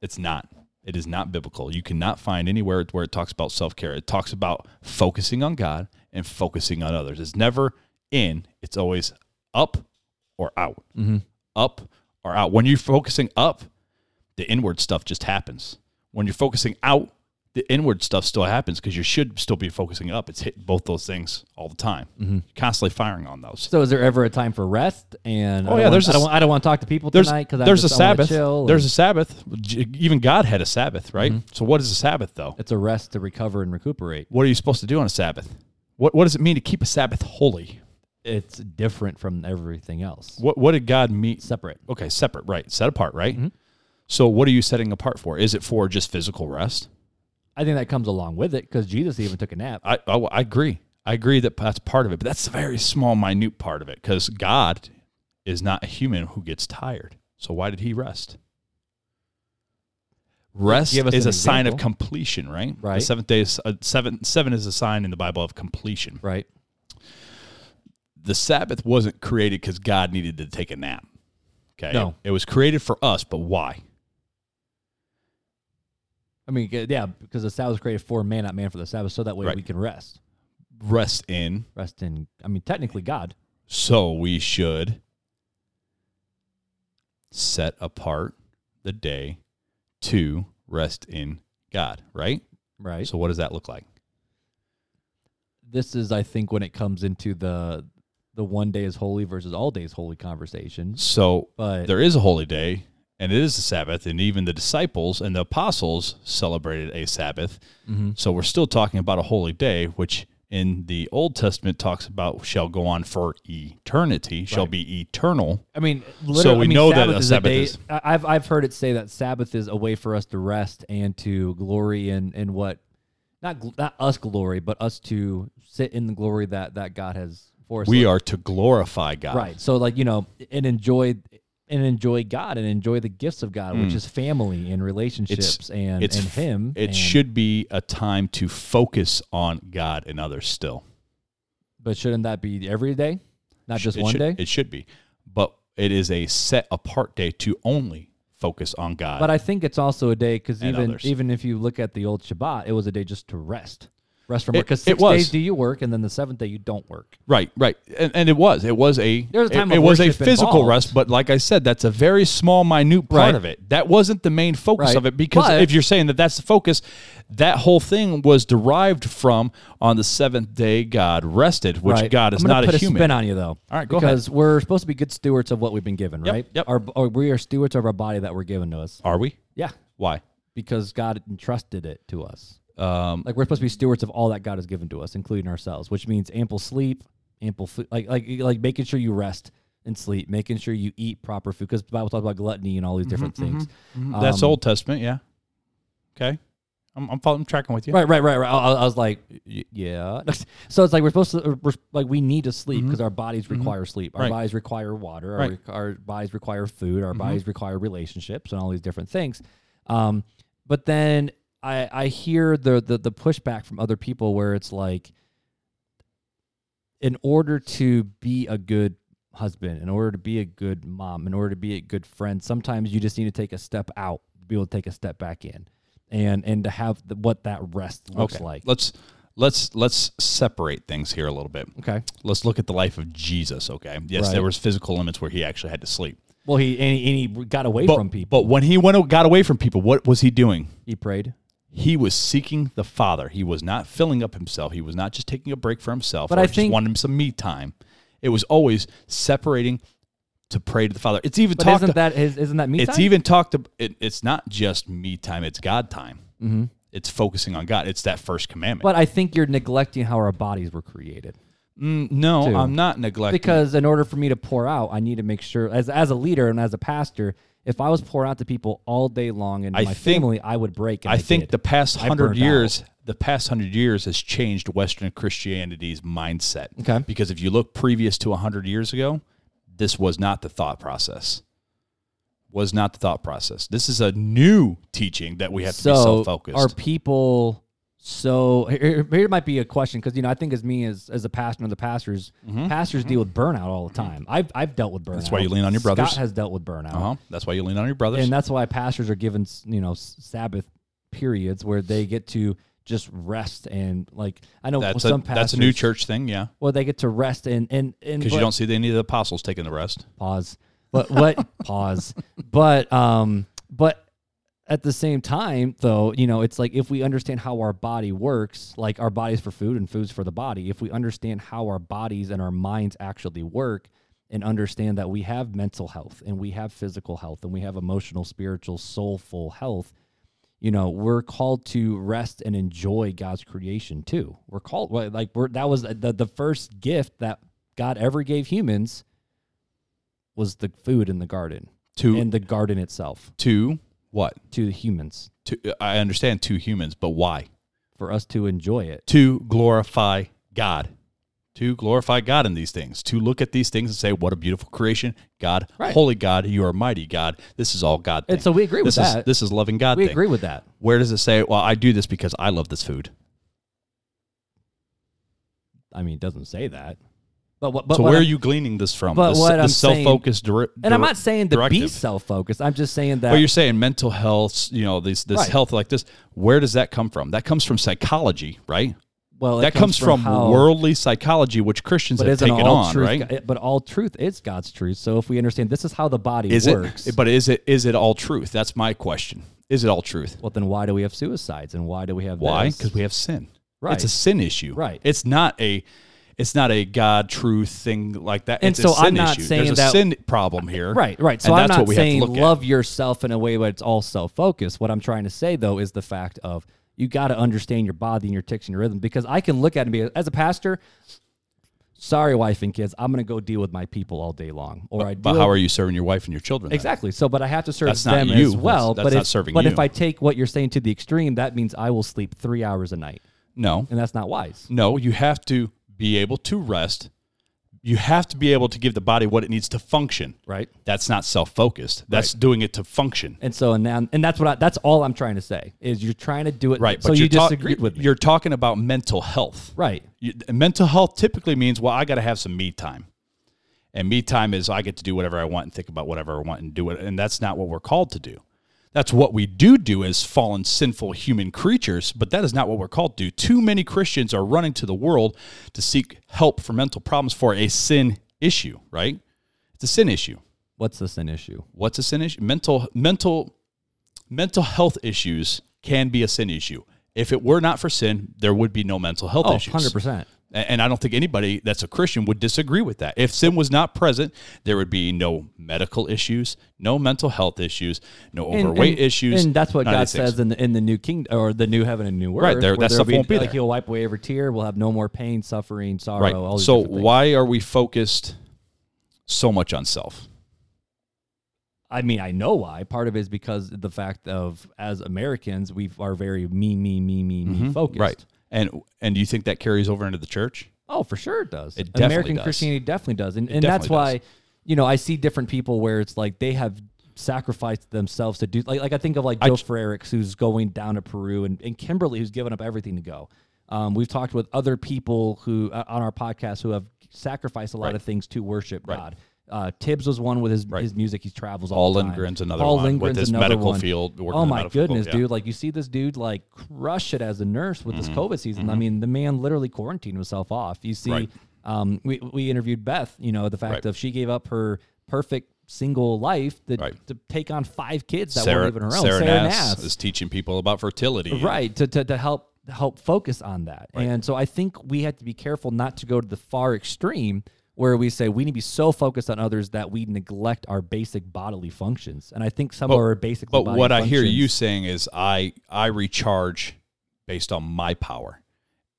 A: It's not. It is not biblical. You cannot find anywhere where it talks about self care. It talks about focusing on God and focusing on others. It's never in. It's always up or out.
B: Mm-hmm.
A: Up or out. When you're focusing up, the inward stuff just happens. When you're focusing out, the inward stuff still happens because you should still be focusing up. It's hit both those things all the time.
B: Mm-hmm.
A: Constantly firing on those.
B: so is there ever a time for rest? And oh
A: yeah, there's a
B: I don't,
A: s-
B: want, I don't want to talk to people
A: there's,
B: tonight because
A: there's
B: I'm just,
A: a
B: I wanna
A: Sabbath.
B: Chill
A: There's
B: and Mm-hmm.
A: a Sabbath. J- Even God had a Sabbath, right? So what is a Sabbath though?
B: it's a rest to recover and recuperate.
A: What are you supposed to do on a Sabbath? What what does it mean to keep a Sabbath holy?
B: It's different from everything else.
A: What what did God mean?
B: Separate.
A: Okay, separate, right? Set apart, right?
B: Mm-hmm.
A: So what are you setting apart for? Is it for just physical rest?
B: I think that comes along with it because Jesus even took a nap.
A: I, I I agree. I agree that that's part of it, but that's a very small, minute part of it because God is not a human who gets tired. So why did He rest? Rest
B: Give us
A: is
B: an
A: a sign of
B: example.
A: completion, right? The
B: Right.
A: seventh day, is, uh, seven seven is a sign in the Bible of completion.
B: Right.
A: The Sabbath wasn't created because God needed to take a nap. Okay,
B: No.
A: it was created for us, but why?
B: I mean, yeah, because the Sabbath was created for man, not man for the Sabbath, so that way
A: Right.
B: we can rest.
A: Rest in,
B: Rest in. I mean, technically God.
A: so we should set apart the day to rest in God, right?
B: Right.
A: So what does that look like?
B: this is I think when it comes into the the one day is holy versus all days holy conversation.
A: So
B: But
A: there is a holy day and it is a Sabbath, and even the disciples and the apostles celebrated a Sabbath. So we're still talking about a holy day, which in the Old Testament talks about shall go on for eternity, shall be eternal.
B: I mean, literally,
A: we
B: I mean,
A: know that a
B: is
A: Sabbath
B: day,
A: is-
B: I- I've I've heard it say that Sabbath is a way for us to rest and to glory in in what not gl- not us glory, but us to sit in the glory that that God has for us.
A: We are to glorify God.
B: right. So like you know, and enjoy and enjoy God and enjoy the gifts of God, which is family and relationships and and
A: f-
B: Him.
A: Mm. It
B: and-
A: should be a time to focus on God and others still.
B: but shouldn't that be every day, not just
A: it
B: one
A: should,
B: day?
A: It should be. But it is a set apart day to only focus on God.
B: But I think it's also a day because
A: And
B: even
A: others.
B: even if you look at the old Shabbat, it was a day just to rest, rest from work.
A: It-
B: Because
A: it
B: six
A: was.
B: days do you work, and then the seventh day you don't work.
A: right, right. And, and it was. It was a
B: There was a time
A: it,
B: of
A: it was a
B: worship
A: physical
B: involved.
A: rest, but like I said, that's a very small minute part
B: Right.
A: of it. That wasn't the main focus
B: Right.
A: of it because
B: But-
A: if you're saying that that's the focus, that whole thing was derived from on the seventh day God rested, which
B: right?
A: God is
B: I'm gonna
A: not
B: put
A: a human.
B: spin on you though. All
A: right, go ahead.
B: because we're supposed to be good stewards of what we've been given, right?
A: yep.
B: Our, or we are stewards of our body that we're given to us.
A: Are we?
B: Yeah,
A: Why?
B: because God entrusted it to us. Um, like we're supposed to be stewards of all that God has given to us, including ourselves, which means ample sleep, ample food, like like like making sure you rest and sleep, making sure you eat proper food, because the Bible talks about gluttony and all
A: Mm-hmm,
B: these different things.
A: That's
B: Um,
A: Old Testament, yeah. Okay, I'm I'm, following, I'm tracking with you.
B: Right, right, right, right. I, I- I was like, y- yeah. So it's like we're supposed to, we're, like we need to sleep because our bodies require sleep. Our
A: Mm-hmm. Right.
B: bodies require water. Our,
A: Right. Mm-hmm.
B: rec- our bodies require food. Our bodies require relationships and all these different things. Um, but then I, I hear the, the the pushback from other people where it's like, in order to be a good husband, in order to be a good mom, in order to be a good friend, sometimes you just need to take a step out, be able to take a step back in, and and to have the, what that rest looks like.
A: Let's let's let's separate things here a little bit.
B: Okay.
A: Let's look at the life of Jesus. Okay. Yes,
B: Right.
A: there was physical limits where he actually had to sleep.
B: Well, he and he, and he got away
A: But,
B: from people.
A: but when he went got away from people, what was he doing?
B: He prayed.
A: He was seeking the Father. He was not filling up himself. He was not just taking a break for himself.
B: But
A: or
B: I
A: just
B: think-
A: wanted him some me time. It was always separating to pray to the Father. It's even
B: But
A: talked.
B: isn't that his, isn't that me
A: it's
B: time?
A: even talked. ab- It, it's not just me time. It's God time. Mm-hmm. It's focusing on God. It's that first commandment.
B: but I think you're neglecting how our bodies were created.
A: Mm, no,
B: Two.
A: I'm not neglecting.
B: because in order for me to pour out, I need to make sure as as a leader and as a pastor, if I was pouring out to people all day long and
A: I
B: my
A: think-
B: family, I would break. And
A: I think
B: did.
A: the past
B: I
A: hundred
B: burned
A: years, the past hundred years has changed Western Christianity's mindset.
B: Okay.
A: Because if you look previous to hundred years ago, this was not the thought process. Was not the thought process. This is a new teaching that we have to be
B: so
A: self-focused.
B: are people so here, here might be a question because you know I think as me as as a pastor and the pastors, pastors deal with burnout all the time. I've I've dealt with burnout.
A: Mm-hmm. why you lean on your brothers.
B: Scott has dealt with burnout.
A: uh-huh. That's why you lean on your brothers.
B: and that's why pastors are given s- you know s- Sabbath periods where they get to just rest and like I know
A: that's a
B: some pastors
A: that's a new church thing, yeah.
B: well they get to rest and and and
A: Because
B: but-
A: you don't see any of the apostles taking the rest.
B: pause. But what pause? But um, but at the same time, though, you know, it's like if we understand how our body works, like our body's for food and food's for the body. If we understand how our bodies and our minds actually work, and understand that we have mental health and we have physical health and we have emotional, spiritual, soulful health. You know, we're called to rest and enjoy God's creation too. We're called well, like we're that was the the first gift that God ever gave humans was the food in the garden
A: To
B: and the garden itself
A: to what?
B: to the humans
A: To I understand two humans, but why?
B: for us to enjoy it.
A: to glorify God, to glorify God in these things, to look at these things and say, "What a beautiful creation, God,
B: Right.
A: holy God, you are mighty God." This is all God. Thing.
B: And so we agree with
A: this is
B: that.
A: this is loving God.
B: we
A: thing.
B: agree with that.
A: Where does it say, "Well, I do this because I love this food"?
B: I mean, it doesn't say that. But what? But
A: so
B: what
A: where
B: I'm-
A: are you gleaning this from?
B: but
A: this,
B: what I'm
A: self-focused. Dir-
B: And I'm
A: dir-
B: not saying to be
A: directive.
B: self-focused. I'm just saying that.
A: But you're saying mental health, you know, this this
B: Right.
A: health like this. Where does that come from? That comes from psychology, right?
B: well, it
A: that comes, from,
B: how-
A: worldly psychology, which Christians
B: But
A: have
B: isn't
A: taken
B: all
A: on,
B: truth?
A: right?
B: But all truth is God's truth. So if we understand this is how the body
A: Is
B: works,
A: it? But is it? Is it all truth? That's my question. Is it all truth?
B: well, then why do we have suicides and why do we have
A: Why?
B: this?
A: Because we have sin.
B: Right.
A: It's a sin issue.
B: Right.
A: It's not a. It's not a God truth thing like that.
B: And
A: it's
B: so
A: a sin
B: I'm not
A: issue.
B: saying
A: There's a
B: that-
A: sin problem here.
B: Right, right. So
A: and
B: I'm
A: that's
B: not
A: what we
B: saying
A: have to look
B: love yourself in a way where it's all self focused. What I'm trying to say though is the fact of you got to understand your body and your ticks and your rhythm because I can look at it and be as a pastor. Sorry, wife and kids, I'm gonna go deal with my people all day long, or I
A: at.
B: do
A: But how are you serving your wife and your children? then?
B: exactly. So, but I have to serve
A: That's not
B: them
A: you.
B: as well.
A: That's- that's
B: but
A: not
B: if,
A: serving
B: But
A: you.
B: if I take what you're saying to the extreme, that means I will sleep three hours a night,
A: No.
B: and that's not wise.
A: No. You have to be able to rest. You have to be able to give the body what it needs to function.
B: Right.
A: That's not self-focused. That's doing it to function.
B: And so, and then, and that's what I, that's all I'm trying to say is you're trying to do it
A: Right.
B: So
A: but
B: you
A: you're talk-
B: disagreed with me,
A: You're talking about mental health.
B: right?
A: You, mental health typically means, well, I got to have some me time. And me time is I get to do whatever I want and think about whatever I want and do it. And that's not what we're called to do. That's what we do do as fallen, sinful human creatures, but that is not what we're called to do. Too many Christians are running to the world to seek help for mental problems for a sin issue, right? It's a sin issue.
B: What's the sin issue?
A: What's a sin issue? Mental, mental, mental health issues can be a sin issue. If it were not for sin, there would be no mental health
B: Oh,
A: issues.
B: 100 percent.
A: A- And I don't think anybody that's a Christian would disagree with that. If sin was not present, there would be no medical issues, no mental health issues, no
B: And-
A: overweight
B: and-
A: issues.
B: and that's what
A: none of
B: God
A: these things.
B: says in the, in the new kingdom or the new heaven and new earth.
A: Right, there-
B: where
A: that stuff
B: there'll
A: won't be
B: like
A: there.
B: He'll wipe away every tear. We'll have no more pain, suffering, sorrow.
A: Right.
B: All these
A: so
B: different things.
A: why are we focused so much on self?
B: I mean, I know why. Part of it is because the fact of as Americans, we are very me, me, me, me, me focused.
A: Mm-hmm. Right. And and do you think that carries over into the church?
B: Oh, for sure it does.
A: It definitely
B: American
A: does.
B: Christianity definitely does. And, and that's
A: definitely
B: why, you know, I see different people where it's like they have sacrificed themselves to do like like I think of like Joe Frericks who's going down to Peru and, and Kimberly who's given up everything to go. Um, we've talked with other people who uh, on our podcast who have sacrificed a lot of things to worship God. Uh, Tibbs was one with his, his music. He travels all the
A: Paul
B: time.
A: Lindgren's another one with his medical field, working
B: Oh
A: in the
B: my
A: medical field,
B: goodness,
A: yeah.
B: dude! Like you see this dude like crush it as a nurse with
A: Mm-hmm.
B: this COVID season. I mean, the man literally quarantined himself off. You see,
A: Right.
B: um, we we interviewed Beth. You know the fact
A: Right.
B: of she gave up her perfect single life to,
A: Right.
B: to take on five kids that
A: Sarah,
B: weren't even her own.
A: Sarah Nass,
B: Nass
A: is teaching people about fertility. and-
B: right to, to, to help help focus on that and so i think we have to be careful not to go to the far extreme where we say we need to be so focused on others that we neglect our basic bodily functions and i think some of our basic
A: But
B: bodily
A: what I hear
B: functions-
A: you saying is I I recharge based on my power.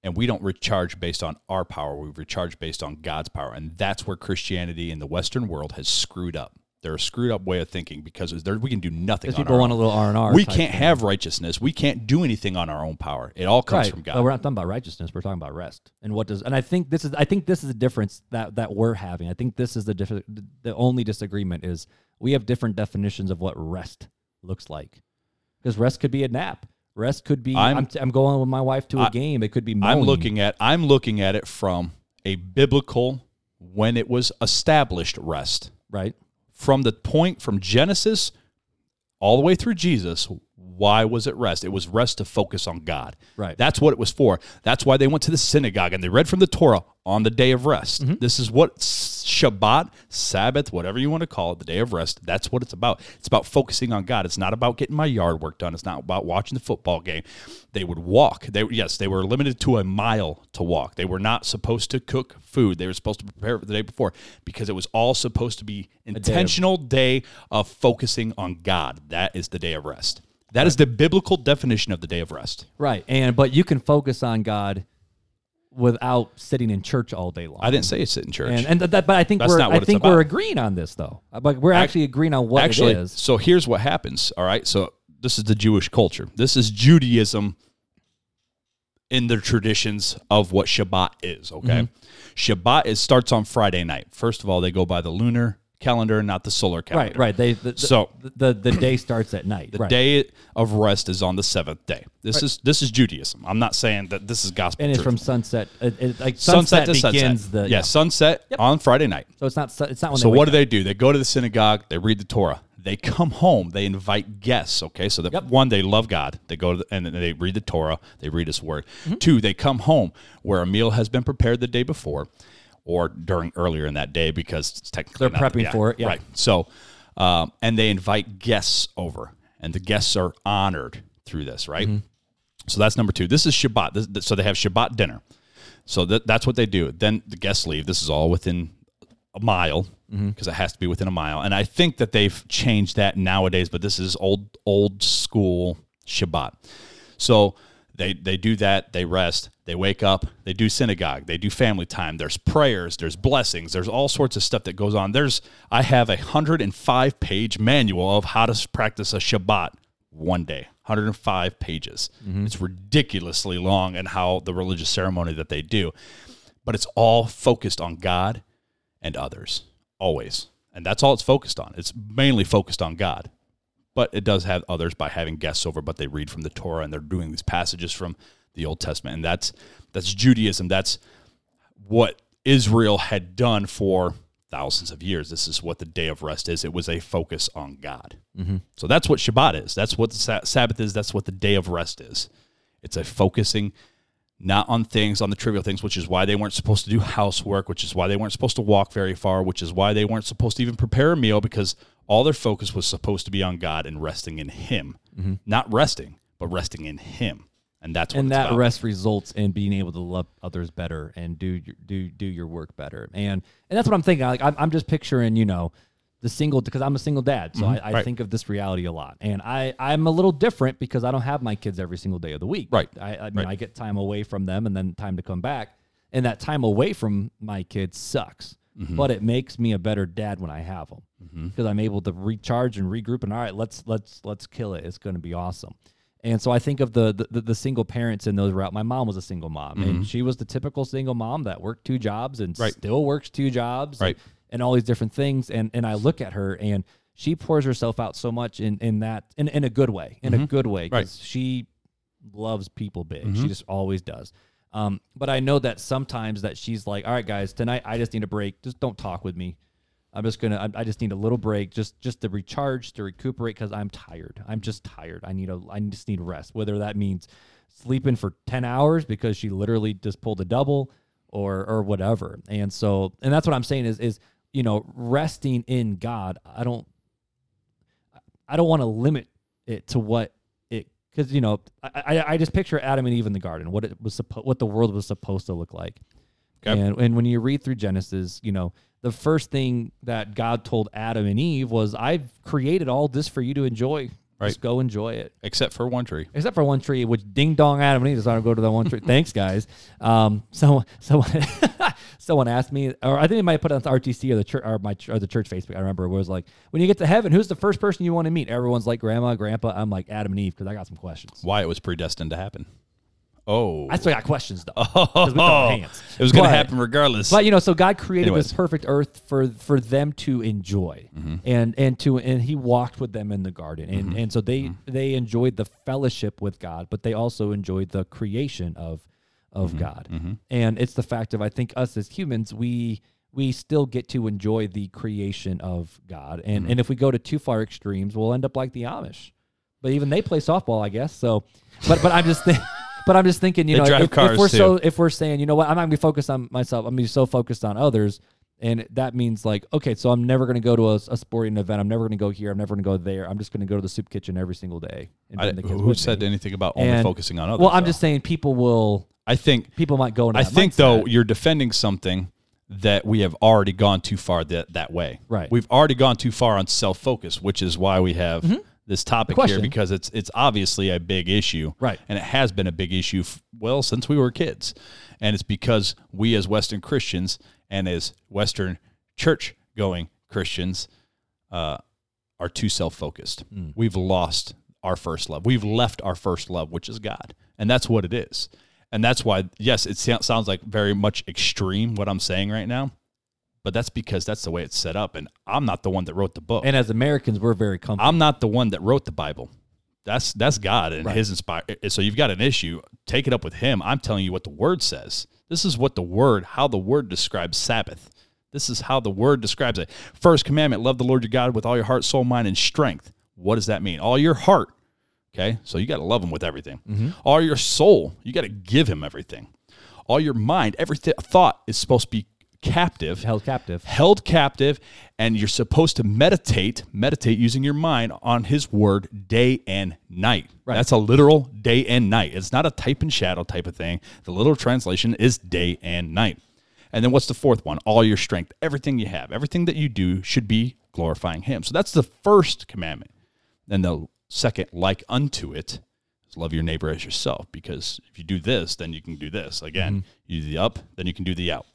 A: And we don't recharge based on our power. We recharge based on God's power. And that's where Christianity in the Western world has screwed up. They're a screwed up way of thinking because is there, we can do nothing on
B: people
A: our
B: want a
A: own.
B: little r&r
A: We
B: type.
A: can't have righteousness. We can't do anything on our own power. It all comes
B: Right.
A: from
B: But
A: God.
B: we're not talking about righteousness. We're talking about rest. And what does? And I think this is. I think this is the difference that that we're having. I think this is the diff- the only disagreement is we have different definitions of what rest looks like. Because rest could be a nap. Rest could be. I'm
A: I'm-
B: I'm, going with my wife to a game. It could be.
A: I'm
B: mowing.
A: looking at I'm looking at it from a biblical when it was established rest.
B: right.
A: from the point from Genesis all the way through Jesus, why was it rest? It was rest to focus on God.
B: Right.
A: That's what it was for. That's why they went to the synagogue and they read from the Torah on the day of rest. This is what s- Shabbat, Sabbath, whatever you want to call it, the day of rest, that's what it's about. It's about focusing on God. It's not about getting my yard work done. It's not about watching the football game. They would walk. They yes, they were limited to a mile to walk. They were not supposed to cook food. They were supposed to prepare it for the day before because it was all supposed to be intentional day of focusing on God. That is the day of rest. That is the biblical definition of the day of rest.
B: Right. And but you can focus on God without sitting in church all day long.
A: I didn't say it's in church.
B: and, and that, but I think
A: That's
B: we're
A: not
B: I
A: what it's
B: think
A: about.
B: we're agreeing on this though. But we're actually agreeing on what
A: Actually,
B: it is.
A: so here's what happens. All right. So this is the Jewish culture. This is Judaism in their traditions of what Shabbat is. Okay.
B: Mm-hmm.
A: Shabbat is starts on Friday night. First of all, they go by the lunar calendar, not the solar calendar.
B: Right, right. They the, the-
A: So-
B: the, the day starts at night.
A: The
B: right.
A: day of rest is on the seventh day. This is this is Judaism. I'm not saying that this is gospel.
B: and it's
A: truth.
B: from sunset. It, it, like
A: sunset,
B: sunset,
A: to
B: begins
A: sunset.
B: the
A: yeah, sunset on Friday night.
B: So it's not su- it's not when
A: So
B: they
A: what do
B: wake
A: they do? They go to the synagogue, they read the Torah, they come home, they invite guests. Okay, so that one, they love God. They go to the, and then they read the Torah, they read His Word.
B: Mm-hmm.
A: Two, they come home where a meal has been prepared the day before, or during earlier in that day because it's technically
B: They're
A: not-
B: prepping for it, yeah.
A: Right. So, um, and they invite guests over, and the guests are honored through this, right?
B: Mm-hmm.
A: So that's number two. This is Shabbat. This- th- so they have Shabbat dinner. So that, that's what they do. Then the guests leave. This is all within a mile because it has to be within a mile. And I think that they've changed that nowadays, but this is old old school Shabbat. So they they do that. They rest. They wake up. They do synagogue. They do family time. There's prayers. There's blessings. There's all sorts of stuff that goes on. There's I have a hundred and five page manual of how to s- practice a Shabbat one day 105 pages it's ridiculously long and how the religious ceremony that they do but it's all focused on god and others always and that's all it's focused on it's mainly focused on god but it does have others by having guests over but they read from the torah and they're doing these passages from the old testament and that's that's judaism that's what israel had done for thousands of years this is what the day of rest is it was a focus on god
B: Mm-hmm.
A: so that's what Shabbat is. That's what the Sa- Sabbath is. That's what the day of rest is. It's a focusing not on things, on the trivial things, which is why they weren't supposed to do housework, which is why they weren't supposed to walk very far, which is why they weren't supposed to even prepare a meal because all their focus was supposed to be on God and resting in Him. Not resting, but resting in Him. And that's what
B: Mm-hmm. and
A: it's
B: that
A: about.
B: rest results in being able to love others better and do your, do do your work better and and that's what i'm thinking like i'm, I'm just picturing you know the single because i'm a single dad so i, I
A: Mm-hmm. right.
B: think of this reality a lot and i i'm a little different because i don't have my kids every single day of the week
A: Right.
B: i, I mean i get time away from them and then time to come back and that time away from my kids sucks
A: Mm-hmm.
B: but it makes me a better dad when i have them because i'm able to recharge and regroup and all right let's let's let's kill it it's going to be awesome and so I think of the the, the single parents in those route. My mom was a single mom, and she was the typical single mom that worked two jobs and
A: Mm-hmm. Right.
B: still works two jobs,
A: Right.
B: And, and all these different things. And and I look at her, and she pours herself out so much in in that in, in a good way, in a good way, because
A: Right.
B: she loves people big. She just always does. Um, but I know that sometimes that she's like, all right, guys, tonight I just need a break. Just don't talk with me. I'm just gonna. I, I just need a little break, just just to recharge, to recuperate, because I'm tired. I'm just tired. I need a. I just need rest. Whether that means sleeping for ten hours because she literally just pulled a double, or or whatever. And so, and that's what I'm saying is is you know resting in God. I don't. I don't want to limit it to what it because you know I, I I just picture Adam and Eve in the garden. What it was supposed. What the world was supposed to look like.
A: Okay.
B: And, and when you read through Genesis, you know, the first thing that God told Adam and Eve was, I've created all this for you to enjoy.
A: Right.
B: Just go enjoy it.
A: except for one tree.
B: Except for one tree, which ding dong Adam and Eve decided to go to that one tree. Thanks, guys. Um, someone, someone, someone asked me, or I think they might put it on the RTC or the church or my ch- or the church Facebook. I remember it was like, when you get to heaven, who's the first person you want to meet? Everyone's like grandma, grandpa. I'm like Adam and Eve because I got some questions.
A: Why it was predestined to happen. Oh,
B: I still got questions though.
A: oh,
B: we don't dance.
A: it was going to
B: But-
A: happen regardless.
B: But you know, so God created
A: Anyways. Mm-hmm.
B: this perfect earth for for them to enjoy, and and to and He walked with them in the garden, and and so they
A: Mm-hmm.
B: they enjoyed the fellowship with God, but they also enjoyed the creation of of
A: Mm-hmm.
B: God, and it's the fact of I think us as humans we we still get to enjoy the creation of God, and
A: Mm-hmm.
B: and if we go to too far extremes, we'll end up like the Amish, but even they play softball, I guess. So, but but I'm just thinking. But I'm just thinking, you
A: They
B: know,
A: drive
B: if, if
A: cars,
B: we're
A: too.
B: so if we're saying, you know what, I'm not gonna be focused on myself. I'm gonna be so focused on others, and that means like, okay, so I'm never gonna go to a, a sporting event. I'm never gonna go here. I'm never gonna go there. I'm just gonna go to the soup kitchen every single day. And
A: I,
B: bring the kids
A: who
B: with
A: said
B: me.
A: anything about only
B: And-
A: focusing on others?
B: Well, I'm
A: though?
B: just saying people will.
A: I think
B: People might go into.
A: I
B: that
A: think
B: mindset.
A: though you're defending something that we have already gone too far that that way.
B: Right.
A: We've already gone too far on self focus, which is why we have this topic here
B: Mm-hmm. question.
A: because it's it's obviously a big issue.
B: Right.
A: And it has been a big issue f- well since we were kids. And it's because we as Western Christians and as Western church going Christians uh, are too self focused. We've lost our first love. We've left our first love, which is God. And that's what it is. And that's why, yes, it sou- sounds like very much extreme what I'm saying right now, but that's because that's the way it's set up. And I'm not the one that wrote the book.
B: and as Americans, we're very comfortable.
A: I'm not the one that wrote the Bible. That's that's God and His inspired. So you've got an issue. Take it up with Him. I'm telling you what the Word says. This is what the Word, how the Word describes Sabbath. This is how the Word describes it. First commandment: Love the Lord your God with all your heart, soul, mind, and strength. What does that mean? All your heart. Okay, so you got to love Him with everything. All your soul, you got to give Him everything. All your mind, every th- thought is supposed to be captive
B: held captive.
A: held captive, and you're supposed to meditate, meditate using your mind on his word day and night. That's a literal day and night. It's not a type and shadow type of thing. The literal translation is day and night. And then what's the fourth one? All your strength, everything you have, everything that you do should be glorifying him. So that's the first commandment. Then the second, like unto it, is love your neighbor as yourself. Because if you do this, then you can do this. Again, you do the up, then you can do the out.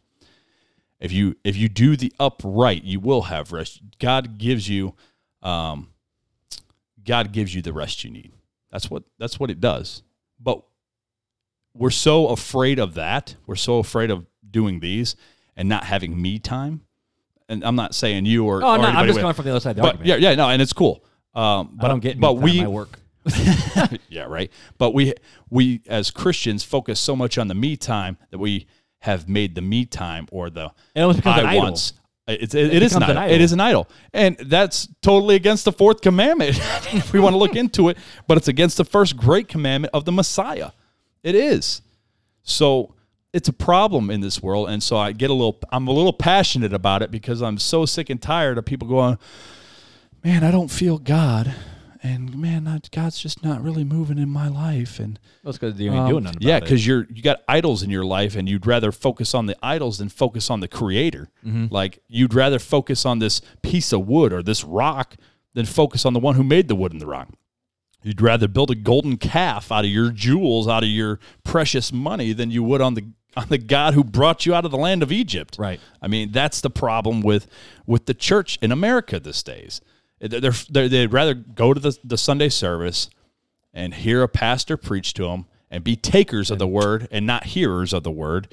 A: If you if you do the upright, you will have rest. God gives you, um, God gives you the rest you need. That's what that's what it does. But we're so afraid of that. We're so afraid of doing these and not having me time. And I'm not saying you or,
B: Oh, I'm,
A: or
B: not, I'm
A: anybody
B: just
A: with-
B: going from the other side of the
A: but
B: argument.
A: yeah, yeah, no, and it's cool. Um, but
B: I don't get.
A: but we
B: I work.
A: yeah, right. But we we as Christians focus so much on the me time that we have made the me time or the
B: It almost becomes
A: I
B: an idol.
A: wants. Uh, It's, it, it is an
B: becomes an
A: idol.
B: idol.
A: It is an idol, and that's totally against the fourth commandment. if we want to look into it, but it's against the first great commandment of the Messiah. It is. So it's a problem in this world, and so I get a little. I'm a little passionate about it because I'm so sick and tired of people going, "Man, I don't feel God." And man, I- God's just not really moving in my life. And
B: That's because you ain't doing nothing.
A: yeah,
B: about it.
A: because you're you got idols in your life, and you'd rather focus on the idols than focus on the Creator.
B: Mm-hmm.
A: Like you'd rather focus on this piece of wood or this rock than focus on the one who made the wood and the rock. You'd rather build a golden calf out of your jewels, out of your precious money, than you would on the on the God who brought you out of the land of Egypt.
B: Right.
A: I mean, that's the problem with with the church in America these days. They're, they're, they're- they'd rather go to the, the Sunday service and hear a pastor preach to them and be takers of the word and not hearers of the word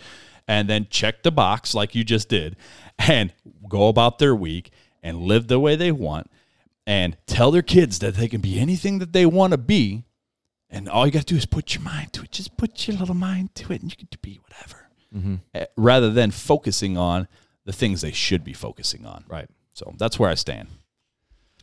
A: and then check the box like you just did and go about their week and live the way they want and tell their kids that they can be anything that they want to be And all you got to do is put your mind to it. Just put your little mind to it, and you can be whatever.
B: Mm-hmm.
A: Eh, Rather than focusing on the things they should be focusing on.
B: Right.
A: So that's where I stand.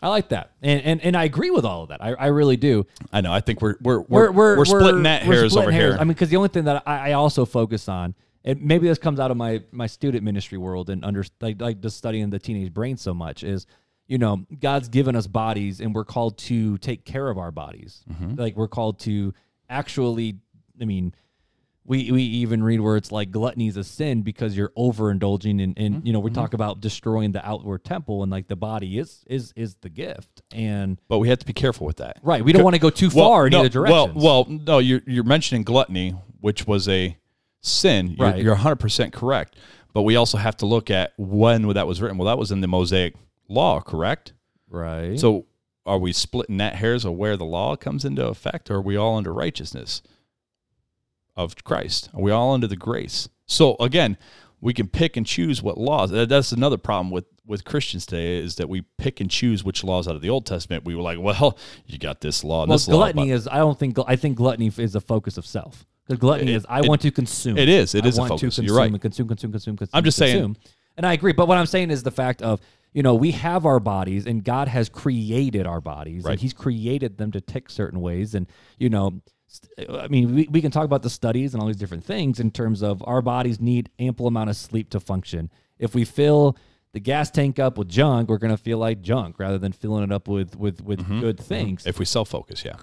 B: I like that, and and, and I agree with all of that. I, I really do.
A: I know. I think we're we're we're, we're, splitting that
B: we're
A: hairs
B: splitting
A: over
B: hairs.
A: here.
B: I mean, because the only thing that I, I also focus on, and maybe this comes out of my my student ministry world and under like like just studying the teenage brain so much is, you know, God's given us bodies and we're called to take care of our bodies.
A: Mm-hmm.
B: Like we're called to actually, I mean. We, we even read where it's like gluttony is a sin because you're overindulging and, and
A: Mm-hmm.
B: you know we talk about destroying the outward temple and like the body is is is the gift and
A: but we have to be careful with that.
B: right we don't want to go too
A: Well,
B: far in
A: no,
B: either direction
A: Well, well, no, you're you're mentioning gluttony, which was a sin. You're,
B: Right.
A: you're 100 percent correct. But we also have to look at when that was written. Well, that was in the Mosaic Law, correct?
B: Right.
A: So are we splitting that hairs of where the law comes into effect, or are we all under righteousness of Christ? Are we all under the grace? So again, we can pick and choose what laws. that- That's another problem with with Christians today is that we pick and choose which laws out of the Old Testament. We were like, well, you got this law and
B: well,
A: this law. but-
B: gluttony is. I don't think. gl- I think gluttony f- is a focus of self. Because gluttony
A: It-
B: is. I
A: it-
B: want to consume.
A: it is. It
B: I
A: is a
B: want
A: focus.
B: To
A: You're
B: consume
A: right.
B: And consume, consume, consume, consume.
A: I'm just saying-
B: consume. And I agree. But what I'm saying is the fact of you know we have our bodies and God has created our bodies
A: Right.
B: and He's created them to tick certain ways and you know. st- I mean, we, we can talk about the studies and all these different things in terms of our bodies need ample amount of sleep to function. If we fill the gas tank up with junk, we're going to feel like junk rather than filling it up with with with
A: Mm-hmm.
B: good things.
A: If we self focus, yeah.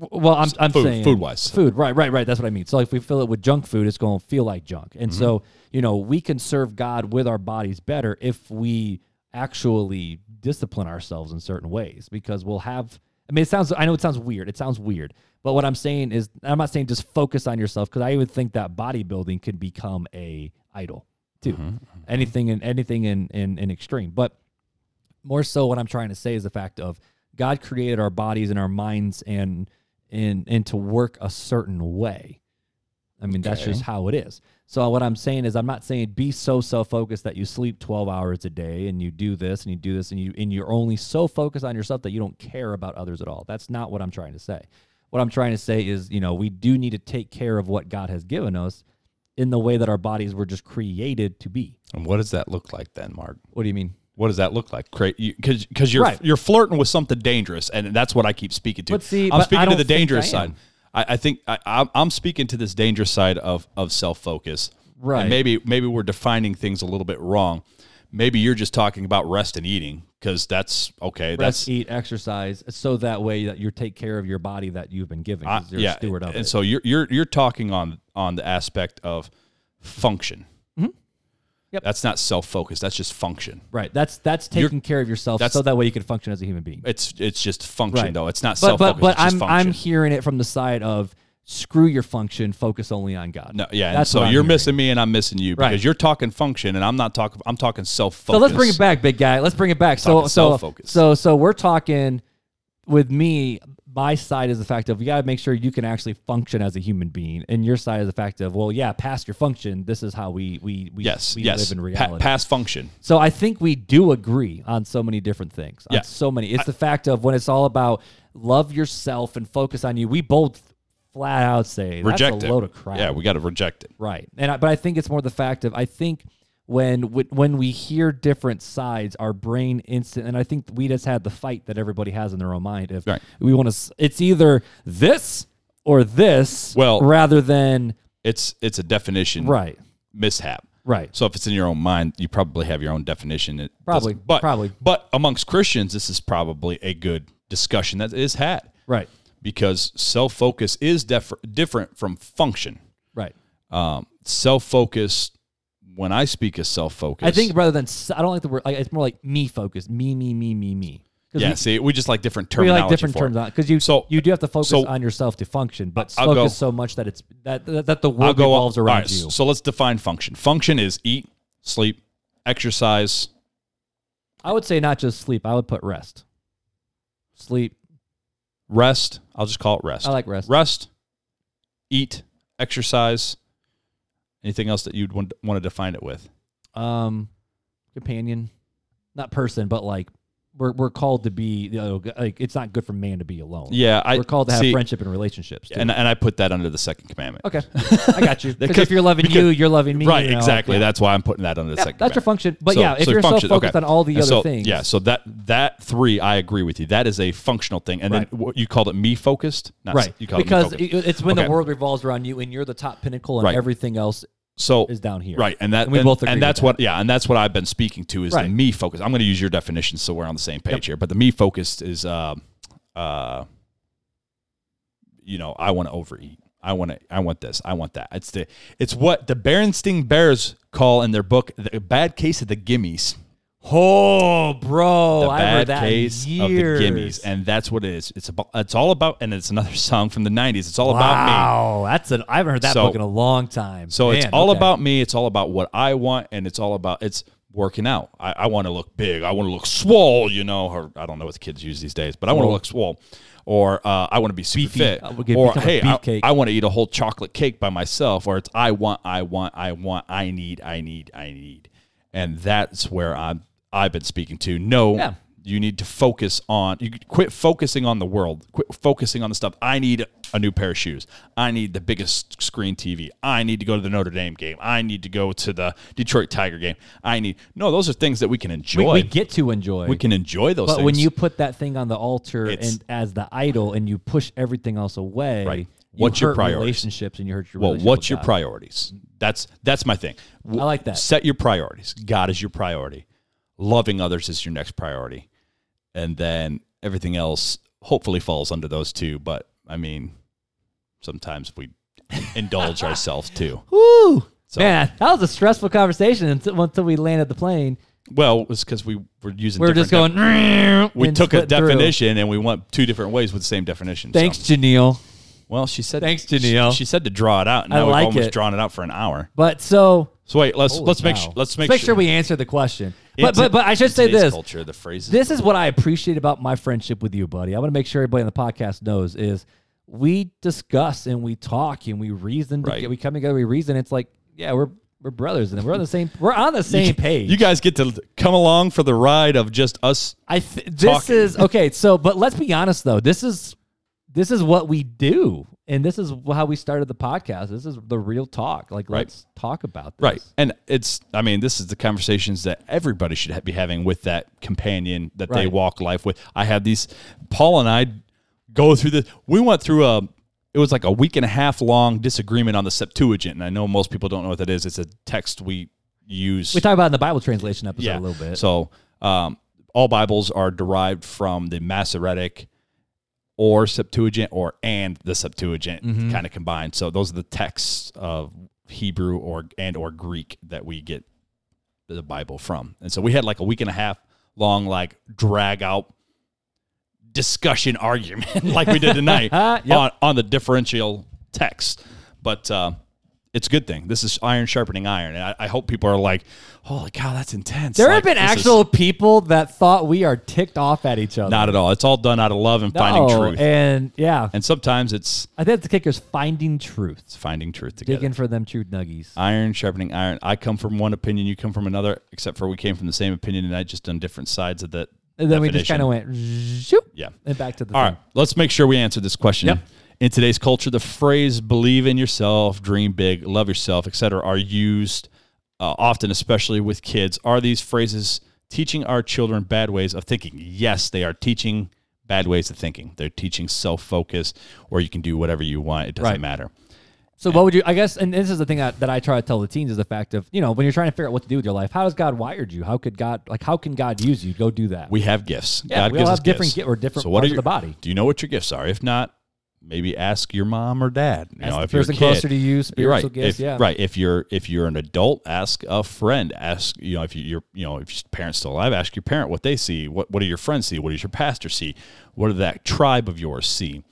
B: W- Well, I'm, I'm
A: food-
B: saying
A: food-wise.
B: food. Right, right, right. That's what I mean. So if we fill it with junk food, it's going to feel like junk.
A: Mm-hmm.
B: And so you know we can serve God with our bodies better if we actually discipline ourselves in certain ways because we'll have. I mean, it sounds. I know it sounds weird. It sounds weird. But what I'm saying is, I'm not saying just focus on yourself because I even think that bodybuilding could become a idol too.
A: Mm-hmm.
B: Anything and anything in in in extreme, but more so what I'm trying to say is the fact of God created our bodies and our minds and and and to work a certain way. I mean, that's
A: Okay.
B: just how it is. So what I'm saying is I'm not saying be so self-focused that you sleep 12 hours a day and you do this and you do this and you and you're only so focused on yourself that you don't care about others at all. That's not what I'm trying to say. What I'm trying to say is, you know, we do need to take care of what God has given us in the way that our bodies were just created to be.
A: And what does that look like then, Mark?
B: What do you mean?
A: What does that look like? Because you, because you're
B: Right.
A: you're flirting with something dangerous, and that's what I keep speaking to.
B: But see,
A: I'm
B: but I
A: speaking to
B: don't
A: the
B: think
A: dangerous
B: I
A: side.
B: am.
A: I, I think I, I'm- I'm speaking to this dangerous side of of self focus.
B: Right.
A: And maybe maybe we're defining things a little bit wrong. Maybe you're just talking about rest and eating because that's okay.
B: rest,
A: that's
B: eat, exercise, so that way that you take care of your body that you've been given. 'cause you're a steward of
A: and
B: it.
A: so you're you're you're talking on on the aspect of function.
B: Mm-hmm. Yep.
A: That's not self focused. That's just function.
B: right. That's that's taking care of yourself,
A: that's-
B: so that way you can function as a human being.
A: It's it's just function
B: Right.
A: though. It's not
B: But
A: self
B: but
A: focused.
B: but
A: it's just
B: I'm
A: function.
B: I'm hearing it from the side of screw your function, focus only on God.
A: no, yeah. And
B: That's
A: so
B: what I'm
A: you're
B: hearing.
A: missing me and I'm missing you because
B: Right.
A: you're talking function and I'm not talking I'm talking self focus.
B: So let's bring it back, big guy. Let's bring it back. So
A: Talking
B: so
A: self-focus.
B: so so we're talking with me. My side is the fact of you got to make sure you can actually function as a human being, and your side is the fact of well, yeah, past your function. This is how we we we,
A: Yes,
B: we
A: yes.
B: live in
A: Pa-
B: reality.
A: past function.
B: So I think we do agree on so many different things.
A: Yeah.
B: On so many. It's the fact of when it's all about love yourself and focus on you. We both flat out say that's
A: Reject
B: a
A: it.
B: load of crap.
A: Yeah, we got to reject it.
B: Right. And I, but I think it's more the fact of I think when wh- when we hear different sides, our brain instant, and I think we just had the fight that everybody has in their own mind. If
A: Right.
B: we want to, it's either this or this.
A: Well-
B: rather than
A: It's it's a definition
B: right,
A: mishap.
B: right.
A: So if it's in your own mind, you probably have your own definition. It doesn't-
B: Probably,
A: but
B: probably.
A: but amongst Christians, this is probably a good discussion that is had
B: Right.
A: because self focus is def- different from function.
B: Right.
A: Um, self focus, when I speak of self focus,
B: I think rather than s- I don't like the word. Like, it's more like me focused. Me, me, me, me, me. 'Cause
A: yeah.
B: we-
A: see, we just like different
B: we,
A: terminology.
B: like different
A: for
B: terms
A: It.
B: on because you
A: So-
B: you do have to focus
A: so-
B: on yourself to function, but
A: I'll
B: focus
A: go-
B: so much that it's that that, that the
A: I'll
B: world
A: go
B: revolves
A: all
B: around
A: right,
B: you.
A: So let's define function. Function is eat, sleep, exercise.
B: I would say not just sleep. I would put rest. Sleep.
A: rest. I'll just call it rest.
B: I like rest.
A: Rest, eat, exercise. Anything else that you'd want, want to define it with?
B: Um, companion, not person, but like we're, we're called to be you know, like it's not good for man to be alone.
A: Yeah, I-
B: we're called to have
A: see-
B: friendship and relationships. too.
A: and and I put that under the second commandment.
B: okay, I got you. 'Cause
A: Because-
B: if you're loving you,
A: because-
B: you're loving me.
A: right,
B: you know,
A: exactly.
B: yeah.
A: That's why I'm putting that under the
B: Yeah,
A: second.
B: that's your
A: commandment.
B: function. But yeah, if
A: your
B: you're so
A: function,
B: focused on all the
A: And
B: other
A: so,
B: things.
A: yeah. So that that three, I agree with you. That is a functional thing. And
B: Right.
A: then what you called it me focused, not
B: right.
A: You called
B: Because
A: it me
B: it- it's when
A: Okay.
B: the world revolves around you and you're the top pinnacle and
A: Right.
B: everything else
A: so
B: is down here.
A: Right, and that
B: And we
A: and,
B: both agree
A: and
B: with
A: that's
B: that.
A: what yeah, and that's what I've been speaking to is the
B: Right.
A: me focus. I'm going to use your definition so we're on the same page here. But the me focused is uh, uh, you know, I want to overeat. I want to. I want this. I want that. It's the. It's what the Berenstain Bears call in their book the bad case of the gimmies.
B: Oh, bro,
A: The
B: I
A: bad
B: heard that in
A: case of the
B: years.
A: gimmies, and that's what it is. It's about. It's all about, and it's another song from the '90s. It's all about me.
B: Wow, that's an I haven't heard that
A: So-
B: book in a long time.
A: So it's
B: Man,
A: all
B: okay.
A: about me. It's all about what I want, and it's all about it's working out. I, I want to look big. I want to look swole. You know, or I don't know what the kids use these days, but I want to look swole, or uh, I want to be super fit,
B: I would get-
A: or
B: become a
A: hey, I,
B: beefcake.
A: I want to eat a whole chocolate cake by myself, or it's I want, I want, I want, I need, I need, I need, and that's where I'm. I've been speaking to no.
B: Yeah.
A: You need to focus on. You quit focusing on the world. Quit focusing on the stuff. I need a new pair of shoes. I need the biggest screen TV. I need to go to the Notre Dame game. I need to go to the Detroit Tiger game. I need no. Those are things that we can
B: we,
A: enjoy. We,
B: we get to enjoy.
A: can enjoy those.
B: but
A: things.
B: when you put that thing on the altar
A: It's-
B: and as the idol and you push everything else away,
A: Right.
B: you
A: What's your
B: hurt
A: priorities?
B: relationships and you hurt your
A: well,
B: relationship
A: what's
B: with
A: your
B: God.
A: priorities? That's that's my thing. W-
B: I like that.
A: Set your priorities. God is your priority. Loving others is your next priority, and then everything else hopefully falls under those two. But I mean, sometimes we indulge ourselves too.
B: Woo! Man, that was a stressful conversation until, until we landed the plane.
A: Well, it's because we were using.
B: We were just
A: different
B: going. "Mm,"
A: def- we
B: and
A: took a
B: split through.
A: definition and we went two different ways with the same definition. so-
B: Thanks, Janelle.
A: Well, she said.
B: Thanks,
A: she-
B: Janelle.
A: She, said to draw it out, and
B: I
A: now we've
B: like
A: almost
B: it.
A: drawn it out for an hour.
B: But so
A: So wait, let's
B: Holy
A: let's make
B: cow.
A: sure let's make,
B: sure we answer the question. But
A: Into-
B: but, but I should
A: in
B: say
A: today's
B: this.
A: culture the phrases
B: This is what I appreciate about my friendship with you, buddy. I want to make sure everybody on the podcast knows is we discuss and we talk and we reason. to
A: Right.
B: get- we come together, we reason. It's like, yeah, we're we're brothers and we're on the same we're on the same page.
A: You guys get to come along for the ride of just us.
B: I th- this
A: talking.
B: is okay. So, but let's be honest though. This is this is what we do, and this is how we started the podcast. This is the real talk. Like,
A: Right.
B: let's talk about this.
A: And it's, I mean, this is the conversations that everybody should ha- be having with that companion that they
B: Right.
A: walk life with. I had these, Paul and I go through this. We went through a, it was like a week and a half long disagreement on the Septuagint. And I know most people don't know what that is. It's a text we use.
B: We talk about it in the Bible translation episode a little bit.
A: So um, all Bibles are derived from the Masoretic or Septuagint or and the Septuagint
B: Mm-hmm.
A: kind of combined. So those are the texts of Hebrew or and or Greek that we get the Bible from. And so we had like a week and a half long like drag out discussion argument like we did tonight
B: Yep.
A: on, on the differential text. But uh, it's a good thing. This is iron sharpening iron. And I, I hope people are like, holy cow, that's intense.
B: There
A: Like,
B: have been
A: this is-
B: actual people that thought we are ticked off at each other.
A: Not at all. It's all done out of love and
B: No,
A: finding truth. And,
B: And yeah,
A: sometimes it's
B: I think the kicker is finding truth,
A: it's finding truth together.
B: digging for them true nuggies.
A: Iron sharpening iron. I come from one opinion, you come from another, except for we came from the same opinion tonight, just on different sides of that.
B: And then we just
A: definition.
B: kind of went zoop,
A: Yeah.
B: and back to the
A: All
B: thing.
A: right, let's make sure we answer this question.
B: Yep.
A: In today's culture, the phrase "believe in yourself," "dream big," "love yourself," etc., are used uh, often, especially with kids. Are these phrases teaching our children bad ways of thinking? Yes, they are teaching bad ways of thinking. They're teaching self-focus, or you can do whatever you want; it doesn't
B: Right.
A: matter.
B: So what would you? I guess, and this is the thing that, that I try to tell the teens is the fact of you know when you're trying to figure out what to do with your life, how has God wired you? How could God like how can God use you? Go do that.
A: We have gifts.
B: Yeah,
A: God
B: we all
A: gives
B: have
A: us
B: different
A: gifts.
B: gi- or different
A: so what
B: parts
A: are
B: of
A: your,
B: the body.
A: Do you know what your gifts are? If not, maybe ask your mom or dad. You
B: Ask
A: know,
B: the
A: if you're a
B: person
A: kid.
B: closer to you,
A: You're
B: spiritual
A: right.
B: gifts.
A: if,
B: yeah,
A: Right. If you're if you're an adult, ask a friend. Ask you know if you- your you know if your parents still alive, ask your parent what they see. What what do your friends see? What does your pastor see? What does that tribe of yours see?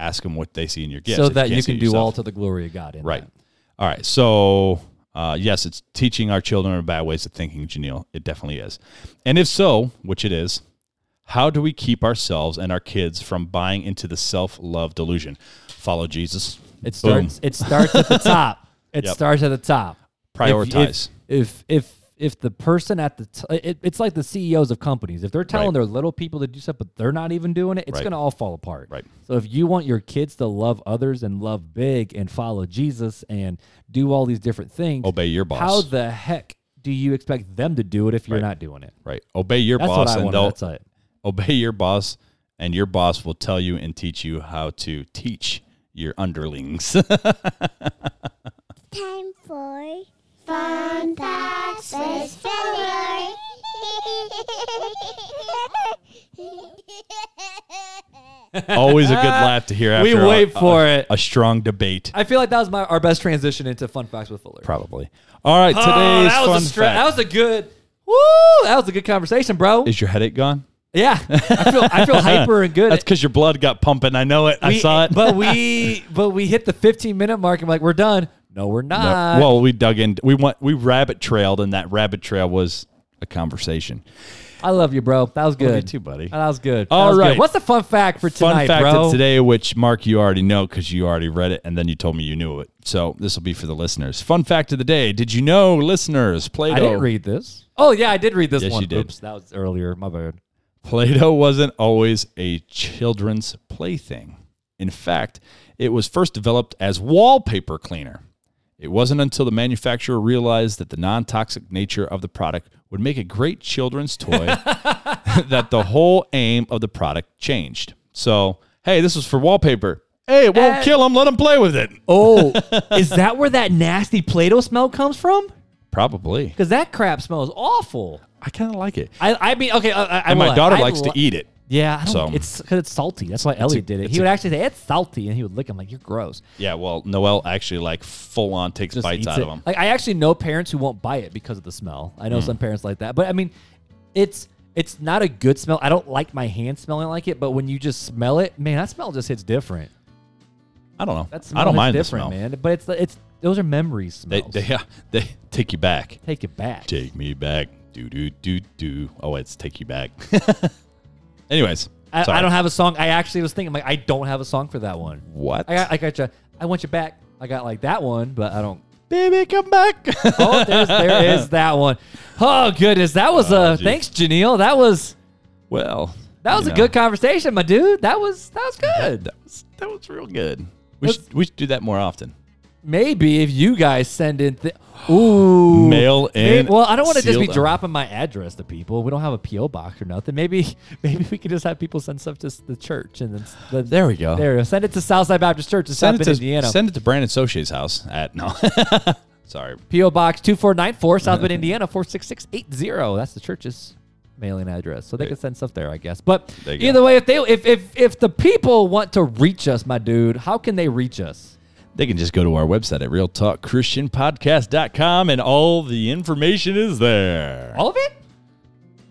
A: Ask them what they see in your gifts.
B: so
A: if
B: that
A: can't
B: you
A: see
B: can
A: it
B: do
A: yourself.
B: all to the glory of God. In
A: Right. All right. So, uh, yes, it's teaching our children bad ways of thinking, Janelle. It definitely is. And if so, which it is, how do we keep ourselves and our kids from buying into the self love delusion? Follow Jesus.
B: It
A: Boom.
B: starts. It starts at the top. It
A: Yep.
B: starts at the top. If-
A: Prioritize.
B: If if, if if the person at the t- it, it's like the CEOs of companies. If they're telling
A: Right.
B: their little people to do stuff, but they're not even doing it, it's
A: Right.
B: gonna all fall apart.
A: Right.
B: So if you want your kids to love others and love big and follow Jesus and do all these different things,
A: Obey your boss.
B: How the heck do you expect them to do it if you're
A: Right.
B: not doing it?
A: Right. Obey your
B: That's
A: boss
B: what I
A: and
B: want.
A: they'll
B: That's it.
A: obey your boss and your boss will tell you and teach you how to teach your underlings.
C: time for fun facts with Filler.
A: Always a good laugh to hear after uh,
B: we
A: a-
B: wait
A: a-
B: for it.
A: a strong debate.
B: I feel like that was my our best transition into fun facts with Fuller.
A: Probably. All right, today's
B: Oh, that was
A: fun
B: a stra-
A: fact.
B: That was a good. Woo! That was a good conversation, bro.
A: Is your headache gone?
B: yeah, I feel I feel hyper and good.
A: That's because your blood got pumping. I know it. I
B: We-
A: saw it.
B: but we but we hit the 15 minute mark. I'm like, we're done. No, we're
A: No,
B: not.
A: well, we dug in. We went. We rabbit trailed, and that rabbit trail was a conversation.
B: I love you, bro. That was good.
A: you too, buddy.
B: That was good. That
A: All
B: was good.
A: right.
B: What's the fun fact for
A: Fun
B: tonight,
A: fact
B: bro?
A: of today, which Mark, you already know because you already read it, and then you told me you knew it. So this will be for the listeners. Fun fact of the day: Did you know, listeners, Plato?
B: I didn't read this. Oh yeah, I did read this
A: Yes,
B: one.
A: you did.
B: Oops, that was earlier. My bad.
A: Plato wasn't always a children's plaything. In fact, it was first developed as wallpaper cleaner. It wasn't until the manufacturer realized that the non toxic nature of the product would make a great children's toy that the whole aim of the product changed. So, hey, this was for wallpaper. Hey, it won't
B: Eh.
A: kill them. Let them play with it.
B: Oh, is that where that nasty Play-Doh smell comes from?
A: Probably.
B: Because that crap smells awful.
A: I kind of like it.
B: I, I mean, okay. uh, I, I, I
A: And my
B: will-
A: daughter
B: I
A: likes
B: li-
A: to eat it.
B: Yeah, I don't,
A: So-
B: it's because it's salty. That's why Elliot did it.
A: it's
B: He
A: a-
B: would actually say it's salty, and he would lick him like you're gross.
A: Yeah, well, Noelle actually like full on takes
B: Just
A: bites
B: eats
A: out
B: it.
A: of Hmm. them.
B: Like I actually know parents who won't buy it because of the smell. I know some parents like that, but I mean, it's it's not a good smell. I don't like my hand smelling like it, but when you just smell it, man, that smell just hits different.
A: I don't know.
B: That smell
A: I don't
B: hits
A: mind the
B: different,
A: smell.
B: man. But it's it's those are memories.
A: They,
B: Smells.
A: they, yeah, they take you back.
B: Take it back.
A: Take me back. Do, do, do, do. Oh, it's take you back. Anyways.
B: I,
A: sorry.
B: I don't have a song. I actually was thinking like I don't have a song for that one.
A: What?
B: I got I got you. I want you back. I got like that one, but I don't.
A: Baby, come back.
B: Oh, there's, there is that one. Oh goodness, that was uh,
A: Oh, geez.
B: thanks, Janelle. That was
A: well.
B: That was
A: you
B: a
A: know,
B: good conversation, my dude. That was that was good.
A: That was, that was real good. We
B: Let's-
A: should, we should do that more often.
B: Maybe if you guys send in, th- ooh,
A: Mail
B: May-
A: in.
B: well, I don't want to just be
A: sealed-
B: dropping my address to people. We don't have a PO box or nothing. Maybe maybe we could just have people send stuff to s- the church and then s- the,
A: There we go.
B: there we go. Send it to Southside Baptist Church in
A: Send
B: South
A: it,
B: Bend,
A: to,
B: Indiana.
A: send it to Brandon Soche's house at no. Sorry.
B: PO box two four nine four South Bend, Indiana four six six eight zero. That's the church's mailing address, so they
A: There-
B: can send stuff there, I guess. But
A: There you go.
B: either way, if they if if if the people want to reach us, my dude, how can they reach us?
A: They can just go to our website at realtalkchristianpodcast.com and all the information is there.
B: All of it.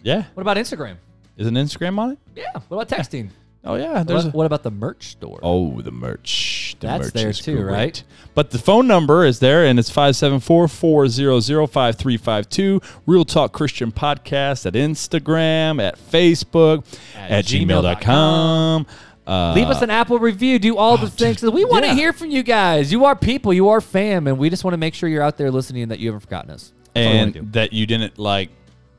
A: Yeah.
B: What about Instagram?
A: Isn't Instagram on it?
B: Yeah. What about texting?
A: Oh, yeah.
B: What,
A: There's a,
B: what about the merch store?
A: Oh, the merch. The
B: That's
A: merch
B: there
A: is
B: too,
A: great.
B: right?
A: But the phone number is there, and it's 574-400-5352. Real Talk Christian Podcast at Instagram, at Facebook, at,
B: At
A: gmail.com. Uh, oh,
B: Leave us an Apple review. Do all the things. 'cause we want to
A: yeah.
B: hear from you guys. You are people. You are fam, and we just want to make sure you're out there listening and that you haven't forgotten us. That's all we wanna do.
A: and that you didn't like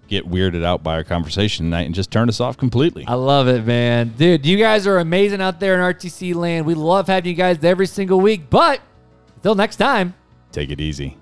A: get weirded out by our conversation tonight and just turned us off completely.
B: I love it, man, dude. You guys are amazing out there in RTC land. We love having you guys every single week. But until next time.
A: Take it easy.